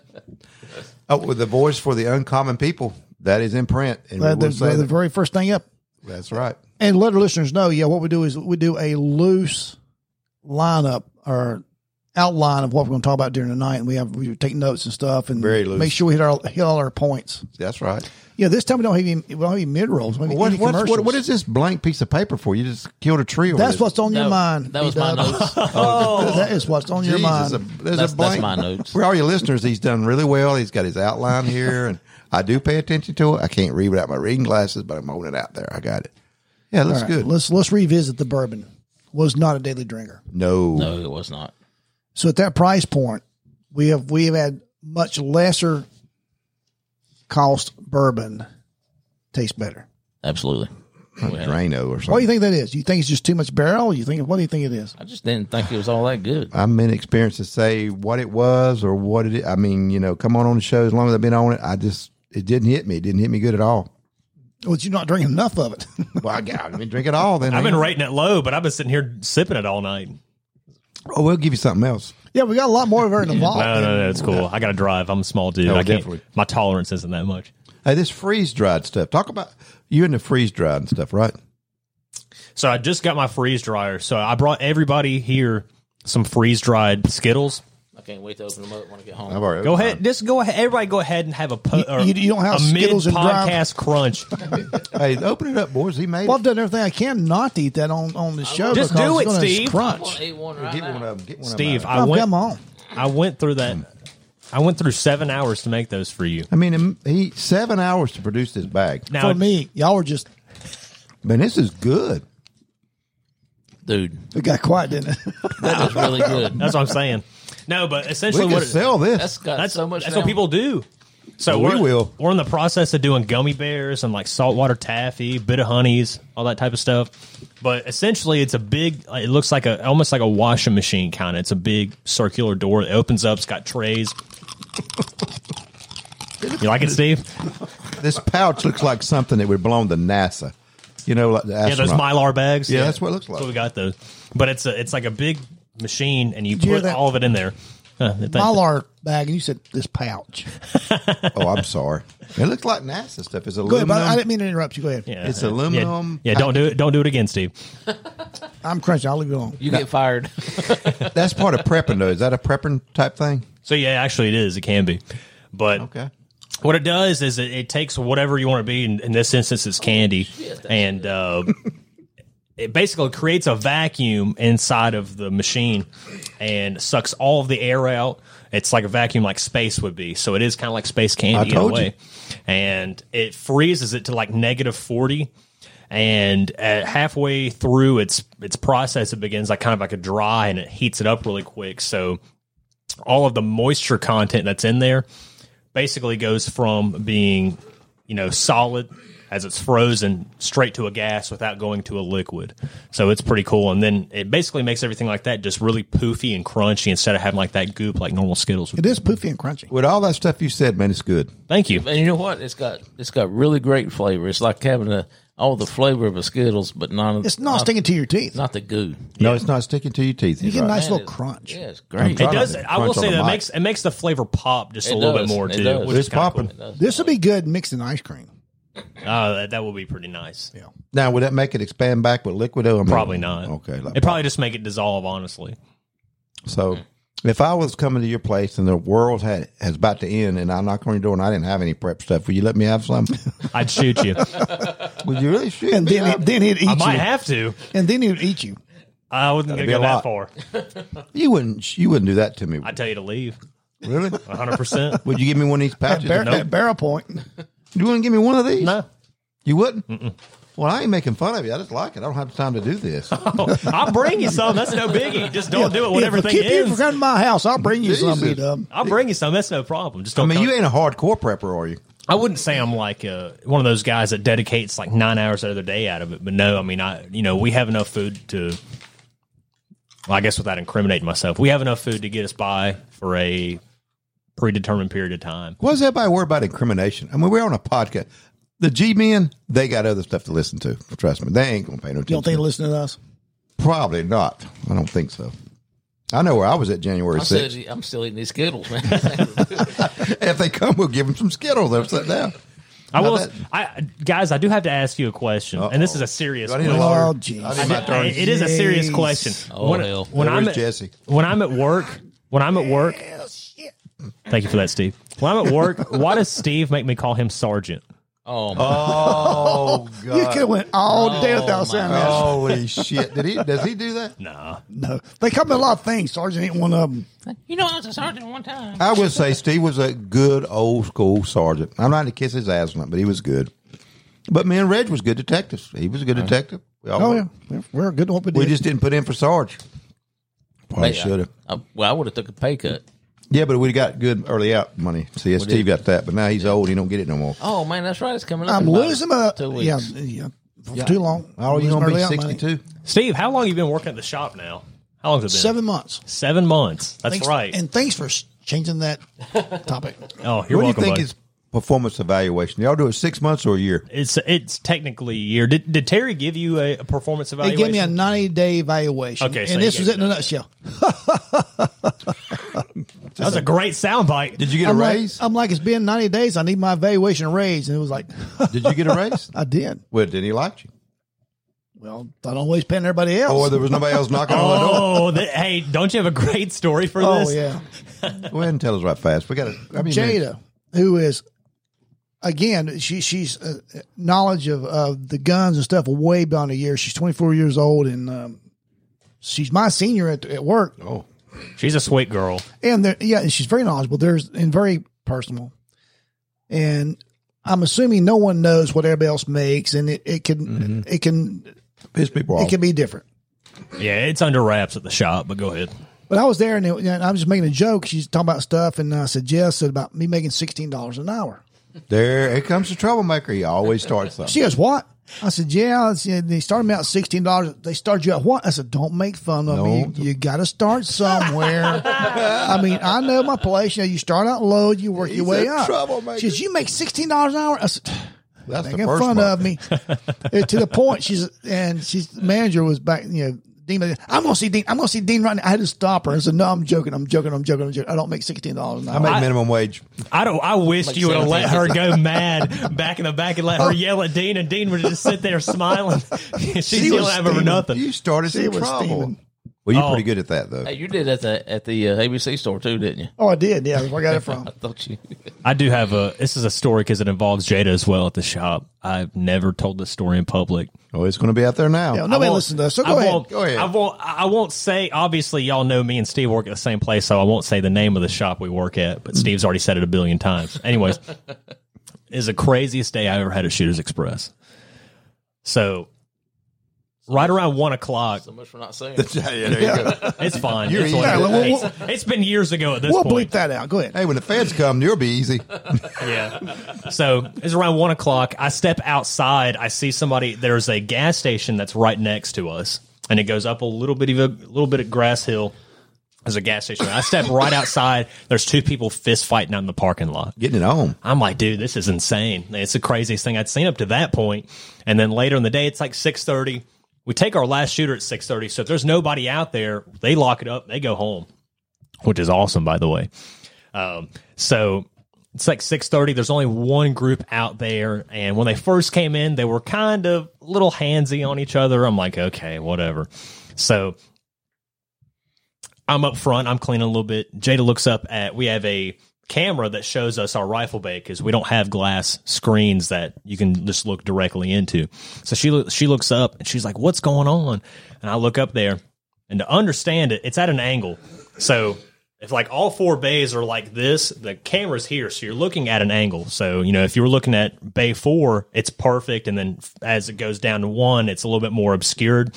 oh, with the voice for the uncommon people that is in print, and we Uh, the, will say the that. very first thing up. that's right. And let our listeners know, yeah, what we do is we do a loose lineup or outline of what we're going to talk about during the night, and we have we take notes and stuff, and Very loose. make sure we hit our hit all our points. That's right. Yeah, this time we don't have any, we don't have any mid rolls. What, what, what, what is this blank piece of paper for? You just killed a tree. over That's this. what's on No, your mind. That was my B-Dub. notes. that is what's on your Oh. Jesus, mind. a, there's That's- a that's blank. my notes. For all your listeners, he's done really well. He's got his outline here, and I do pay attention to it. I can't read without my reading glasses, but I'm holding it out there. I got it. Yeah, All looks right, good. Let's let's revisit the bourbon. Was not a daily drinker. no, No, it was not. So at that price point, we have we have had much lesser cost bourbon taste better. Absolutely. Drano or something. What do you think that is? You think it's just too much barrel? You think what do you think it is? I just didn't think it was all that good. I'm inexperienced to say what it was or what it. I mean, you know, come on on the show as long as I've been on it. I just it didn't hit me. It didn't hit me good at all. Well, you're not drinking enough of it. Well, I, got- I didn't drink it all. Then I've been rating it low, but I've been sitting here sipping it all night. Oh, we'll give you something else. yeah, we got a lot more of it in the vault. No, no, no, it's cool. I got to drive. I'm a small dude. No, I can't. definitely. My tolerance isn't that much. Hey, this freeze dried stuff. Talk about you and the freeze dried and stuff, right? So I just got my freeze dryer. So I brought everybody here some freeze dried Skittles. I can't wait to open them up when I get I've home. already Go ahead. Just go ahead. Everybody, go ahead and have a po- or you- you don't have a Skittles and drive? podcast crunch. Hey, open it up, boys. He made Well, I've it. done everything I can not to eat that on on the show. Just because do it's it, gonna Steve. Crunch. I want to eat one right Get one now. of them. Get one Of them Steve, out. I Oh, went. come on. I went through that. I went through seven hours to make those for you. I mean, he seven hours to produce this bag. Now, For me, y'all were just Man, this is good. dude. it got quiet, didn't it? That is really good. that's what I'm saying. No, but We essentially, can what it- sell this. That's got that's so much. That's now. what people do. So Well, we we're, will. We're in the process of doing gummy bears and like saltwater taffy, bit of honeys, all that type of stuff. But essentially, it's a big. It looks like a almost like a washing machine kind of. It's a big circular door that opens up. It's got trays. You like it, Steve? this pouch looks like something that would belong to NASA. You know, like the Yeah, those astronaut. mylar bags. Yeah, that's what it looks That's what we like. got those. But it's a it's like a big machine, and you you hear put that? all of it in there. Huh, thank- Mylar bag, and you said this pouch. Oh, I'm sorry. It looks like NASA stuff. It's Go ahead, aluminum. but I didn't mean to interrupt you. Go ahead. Yeah. It's Yeah. aluminum. Yeah, don't do it. Don't do it again, Steve. I'm crunchy. I'll leave it alone. You get fired. That's part of prepping, though. Is that a prepping type thing? So yeah, actually, it is. It can be, but Okay. what it does is it, it takes whatever you want to be. In, in this instance, it's candy, and uh, it basically creates a vacuum inside of the machine and sucks all of the air out. It's like a vacuum, like space would be. So it is kind of like space candy in a told you. way, and it freezes it to like negative forty. And at halfway through its its process, it begins like kind of like a dry, and it heats it up really quick. So all of the moisture content that's in there basically goes from being, you know, solid as it's frozen straight to a gas without going to a liquid. So it's pretty cool. And then it basically makes everything like that just really poofy and crunchy instead of having like that goop like normal Skittles would. It is poofy and crunchy. With all that stuff you said, man, it's good. Thank you. And you know what? It's got it's got really great flavor. It's like having a, all the flavor of a Skittles, but none of It's not sticking to your teeth. not the goo. No, it's not sticking to your teeth. You get a Right. nice That little is- crunch. Yeah, it's great. It trying- does. I will Crunch on say the that mic. makes it makes the flavor pop just It a little does. bit more It too. does. which is It's kinda popping. Cool. This would be good mixing ice cream. Uh, that, that would be pretty nice. Yeah. Now, would that make it expand back with liquid? Oh, I mean, Probably not. Okay. like- It probably just make it dissolve. Honestly, so, Mm-hmm. if I was coming to your place and the world had is about to end, and I knock on your door and I didn't have any prep stuff, would you let me have some? I'd shoot you. would you really shoot And me? then, it, then he'd eat I you. might have to. And then he'd eat you. I wasn't going That'd to go be a that lot. far. you wouldn't. You wouldn't do that to me, I'd tell you to leave. really. 100. percent Would you give me one of these At, pouches? bar- Nope. at barrel point. You wouldn't give me one of these? No, You wouldn't? Well, I ain't making fun of you. I just like it. I don't have the time to do this. I'll bring you some. That's no biggie. Just don't do it when If everything you keep you from ends. coming to my house, I'll bring you Jesus. something. Um, I'll bring you some. That's no problem. Just I don't. mean, come- you ain't a hardcore prepper, are you? I wouldn't say I'm like uh, one of those guys that dedicates like nine hours out of their day out of it. But no, I mean, I you know we have enough food to. Well, I guess without incriminating myself, we have enough food to get us by for a predetermined period of time. Why does everybody worry about incrimination? I mean, we're on a podcast. The G men, they got other stuff to listen to. Trust me, they ain't gonna pay no you don't think attention. they listen to us? Probably not. I don't think so. I know where I was at January I said, 6th. I'm still eating these Skittles, man. If they come, we'll give them some Skittles. They'll sit down. I Now will, that- I guys, I do have to ask you a question, and this is a serious. Do I need a question. lawyer? Oh, jeez. I need my I- attorney. it is a serious Jeez. question. Oh, when, hell. when Where's I'm at, Jesse? When I'm at work, when I'm at work, thank you for that, Steve. When I'm at work, why does Steve make me call him Sergeant? oh, my Oh You God! could have went all day without my saying that. Holy shit! Did he? Does he do that? Nah, No. They come in a lot of things. Sergeant ain't one of them. You know, I was a sergeant one time. I would say Steve was a good old school sergeant. I'm not to kiss his ass on it, but he was good. But me and Reg was good detectives. He was a good detective. We all Oh, were. yeah. We're- We're good at what we do. We just didn't put in for Sarge. Probably Hey, I- should have. I- well, I would have took a pay cut. Yeah, but we got good early out money. See, Steve got that, but now he's old. He don't get it no more. Oh man, that's right. It's coming up. I'm in about losing my. two weeks. Yeah, yeah. For too long. How old are you gonna Losing be? early out money. Sixty-two. Steve, how long you been working at the shop now? How long has it been? Seven months. Seven months. That's Thanks- right. And thanks for s- changing that topic. oh, you're what welcome. do you think buddy. is performance evaluation? Y'all do it six months or a year? it's it's technically a year. Did, did Terry give you a, a performance They evaluation? gave me a 90 day evaluation. Okay, so and you this was gave it in a me nutshell. that was a great soundbite. Did you get a I'm like, raise? I'm like, it's been 90 days. I need my evaluation raise. And it was like, did you get a raise? I did. well, did he like you? Well, I don't always paying everybody else. Or Oh, there was nobody else knocking on the door? Oh, that, hey, don't you have a great story for oh, this? yeah. Go ahead and tell us right fast. We got to. I mean, Jada, who is again, she she's uh, knowledge of of the guns and stuff way beyond a year. She's 24 years old and um, she's my senior at, at work. Oh, She's a sweet girl. and there, yeah, and she's very knowledgeable. There's and very personal, and I'm assuming no one knows what everybody else makes, and it, it can Mm-hmm. it can Piss people it off. can be different. Yeah, it's under wraps at the shop, but go ahead. But I was there, and, it, and I'm just making a joke. She's talking about stuff, and I said, "Yes," said about me making sixteen dollars an hour. there, here comes the troublemaker. He always starts something. She goes, "What?" I said, "Yeah." I said, they started me out sixteen dollars. They started you out what? I said, "Don't make fun of me. Don't. You got to start somewhere." I mean, I know my place. You know, you start out low, you work your He's way a up. troublemaker. She says, "You make sixteen dollars an hour." I said. That's the making first fun one. of me And to the point she's and she's the manager was back you know Dean I'm gonna see Dean I'm gonna see Dean right now I had to stop her I said no I'm joking I'm joking I'm joking I'm joking I don't make sixteen dollars an I hour make minimum wage. I don't. I wish Like you would have seventeen. let her go mad back in the back and Oh. let her yell at Dean, and Dean would just sit there smiling. She's yelling was at him for steaming. nothing. You started She some was trouble. steaming. Well, you're Oh. pretty good at that, though. Hey, you did at the at the uh, ABC store too, didn't you? oh I did yeah that's where I got it from I thought you. I do have a. This is a story because it involves Jada as well at the shop. I've never told this story in public. Oh, it's going to be out there now. yeah, nobody won't- listened to us so go I ahead Won't, Go ahead. I won't. I won't say. Obviously, y'all know me and Steve work at the same place, so I won't say the name of the shop we work at. But Steve's already said it a billion times. Anyways, is the craziest day I ever had at Shooters Express. So, right around one o'clock, So much for not saying. Yeah, there you go. it's fine. You're It's easy. like- Yeah, we'll- we'll- it's- it's been years ago at this we'll point. bleep that out go ahead Hey, when the feds come, you'll be easy. Yeah. So it's around one o'clock. I step outside. I see somebody. There's a gas station that's right next to us, and it goes up a little bit of a little bit of grass hill. There's a gas station. I step right outside. There's two people fist fighting out in the parking lot. Getting it on. I'm like, dude, this is insane. It's the craziest thing I'd seen up to that point. And then later in the day, it's like 6:30. We take our last shooter at 6:30. So if there's nobody out there, they lock it up. They go home, which is awesome, by the way. Um, so it's like 6:30. There's only one group out there, and when they first came in, they were kind of little handsy on each other. I'm like, okay, whatever. So I'm up front. I'm cleaning a little bit. Jada looks up at. We have a camera that shows us our rifle bay because we don't have glass screens that you can just look directly into. So she loo- she looks up and she's like, "What's going on?" And I look up there, and to understand it, it's at an angle. So if like all four bays are like this, the camera's here, so you're looking at an angle. So you know if you were looking at bay four, it's perfect, and then f- as it goes down to one, it's a little bit more obscured.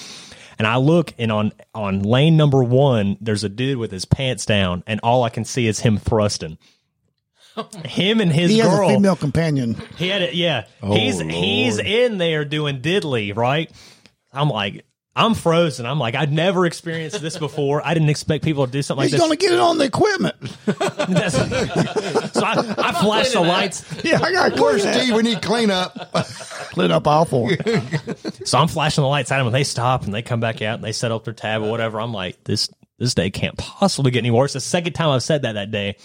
And I look, and on on lane number one, there's a dude with his pants down, and all I can see is him thrusting. Him and his he has girl. a female companion He had it. Yeah, Oh, he's he's in there doing diddly, right? I'm like, I'm frozen. I'm like, I'd never experienced this before. I didn't expect people to do something he's like gonna this. get it on the equipment That's- so I, I flash the lights. yeah I got Where's to Steve? We need cleanup. clean up all four So I'm flashing the lights at them, and they stop and they come back out and they set up their tab or whatever. I'm like, this this day can't possibly get any worse. The second time I've said that that day.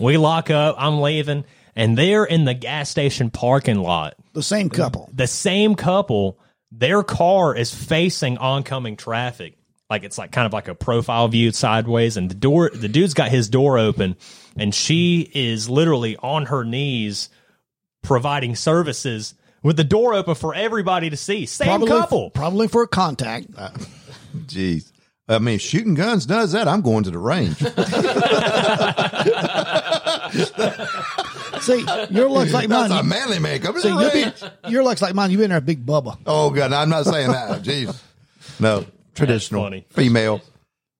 We lock up. I'm leaving, and they're in the gas station parking lot. the same couple the same couple, their car is facing oncoming traffic. Like it's like kind of like a profile view sideways, and the door the dude's got his door open, and she is literally on her knees providing services with the door open for everybody to see. Same probably couple. probably for a contact Jeez. I mean, shooting guns does that. I'm going to the range. see your luck's like That's a mine manly man. Come to See, the you'll range. be, your luck's like mine you've been there big bubba Oh God, no, I'm not saying that. Jeez, no, traditional funny. female.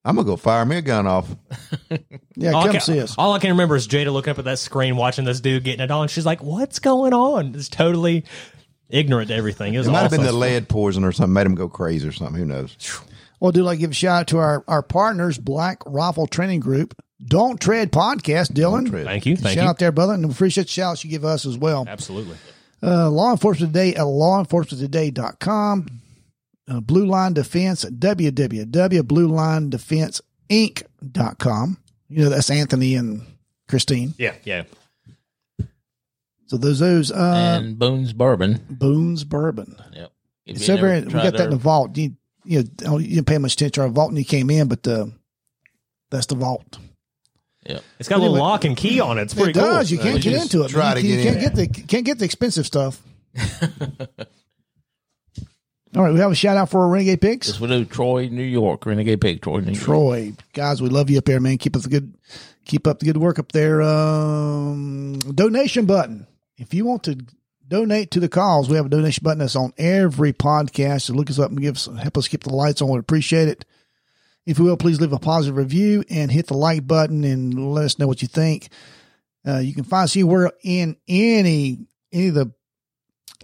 I'm gonna go fire me a gun off. yeah All I, come can, see us all I can remember is Jada looking up at that screen, watching this dude getting it on. She's like, "What's going on?" It's totally ignorant to everything. It, was It might have been the awesome. lead poison or something made him go crazy or something. Who knows? Well, do like give a shout out to our, our partners, Black Rifle Training Group. Don't tread podcast, Dylan. Thank you, thank shout you, out there, brother, and we appreciate the shout outs you give us as well. absolutely. Uh, law enforcement today at lawenforcementtoday.com. Uh, Blue Line Defense at www.bluelinedefenseinc.com. You know, that's Anthony and Christine. Yeah, yeah. So those, those, uh, and Boone's Bourbon. Boone's Bourbon. Yep. If It's you so never very, we tried got that in the their- vault. You, you, know, you didn't pay much attention to our vault when you came in, but, uh, that's the vault. Yep. It's got a little Anyway. lock and key on it. It's pretty it does. cool. You can't you get just into it. try man. to you get can't in. get the can't get the expensive stuff. All right, we have a shout out for our Renegade Picks. Yes, we do. Troy, New York. Renegade Pig, Troy, New York. Troy, guys, we love you up here, man. Keep up the good, keep up the good work up there. Um, donation button. If you want to donate to the cause, we have a donation button that's on every podcast. So look us up and give us, help us keep the lights on. We appreciate it. If you will, please leave a positive review and hit the like button and let us know what you think. Uh, you can find us anywhere in any any of the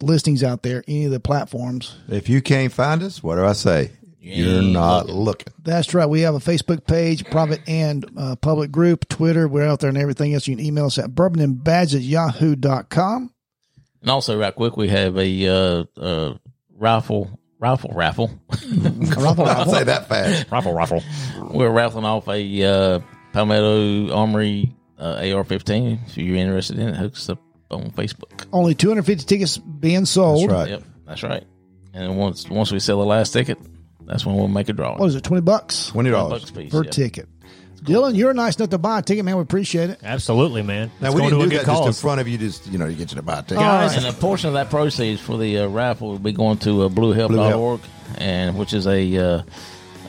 listings out there, any of the platforms. If you can't find us, what do I say? You You're ain't not looking. That's right. We have a Facebook page, private and uh, public group, Twitter. We're out there and everything else. You can email us at bourbonandbadge at yahoo.com. And also, right quick, we have a uh, uh, rifle, rifle, raffle. Ruffle, I'll ruffle. say that fast. Rifle, rifle. We're raffling off a uh, Palmetto Armory uh, AR-15. If you're interested in it, hook us up on Facebook. Only 250 tickets being sold. That's right. Yep, that's right. And once once we sell the last ticket, that's when we'll make a draw. What is it, 20 bucks Twenty Bucks dollars. piece, per yeah. ticket? Dylan, you're nice enough to buy a ticket, man. We appreciate it. Absolutely, man. Now It's we going didn't to a do good that just in cause. front of you. Just you know, you get you to buy a ticket. Guys, And a portion of that proceeds for the uh, raffle will be going to uh, bluehelp.org, and which is a uh,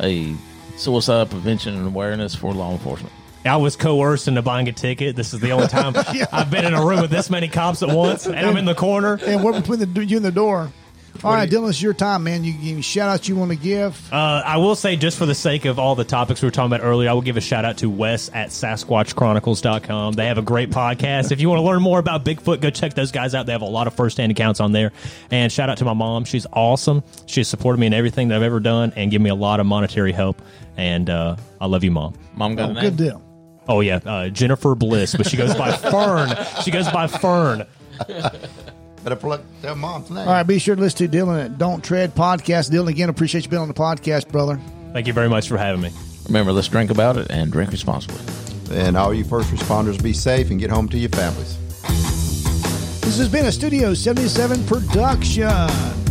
a suicide prevention and awareness for law enforcement. I was coerced into buying a ticket. This is the only time I've been in a room with this many cops at once, and I'm in the corner. And we're between the, you and the door. All right, Dylan, it's your time, man. You can shout out you want to give. Uh, I will say, just for the sake of all the topics we were talking about earlier, I will give a shout out to Wes at SasquatchChronicles.com. They have a great podcast. If you want to learn more about Bigfoot, go check those guys out. They have a lot of firsthand accounts on there. And shout out to my mom. She's awesome. She's supported me in everything that I've ever done and given me a lot of monetary help. And uh, I love you, mom. Mom got a name. Good deal. Oh, yeah. Uh, Jennifer Bliss, but she goes by Fern. She goes by Fern. Better plug their mom's name. All right, be sure to listen to Dylan at Don't Tread Podcast. Dylan, again, appreciate you being on the podcast, brother. Thank you very much for having me. Remember, let's drink about it and drink responsibly. And all you first responders, be safe and get home to your families. This has been a Studio 77 production.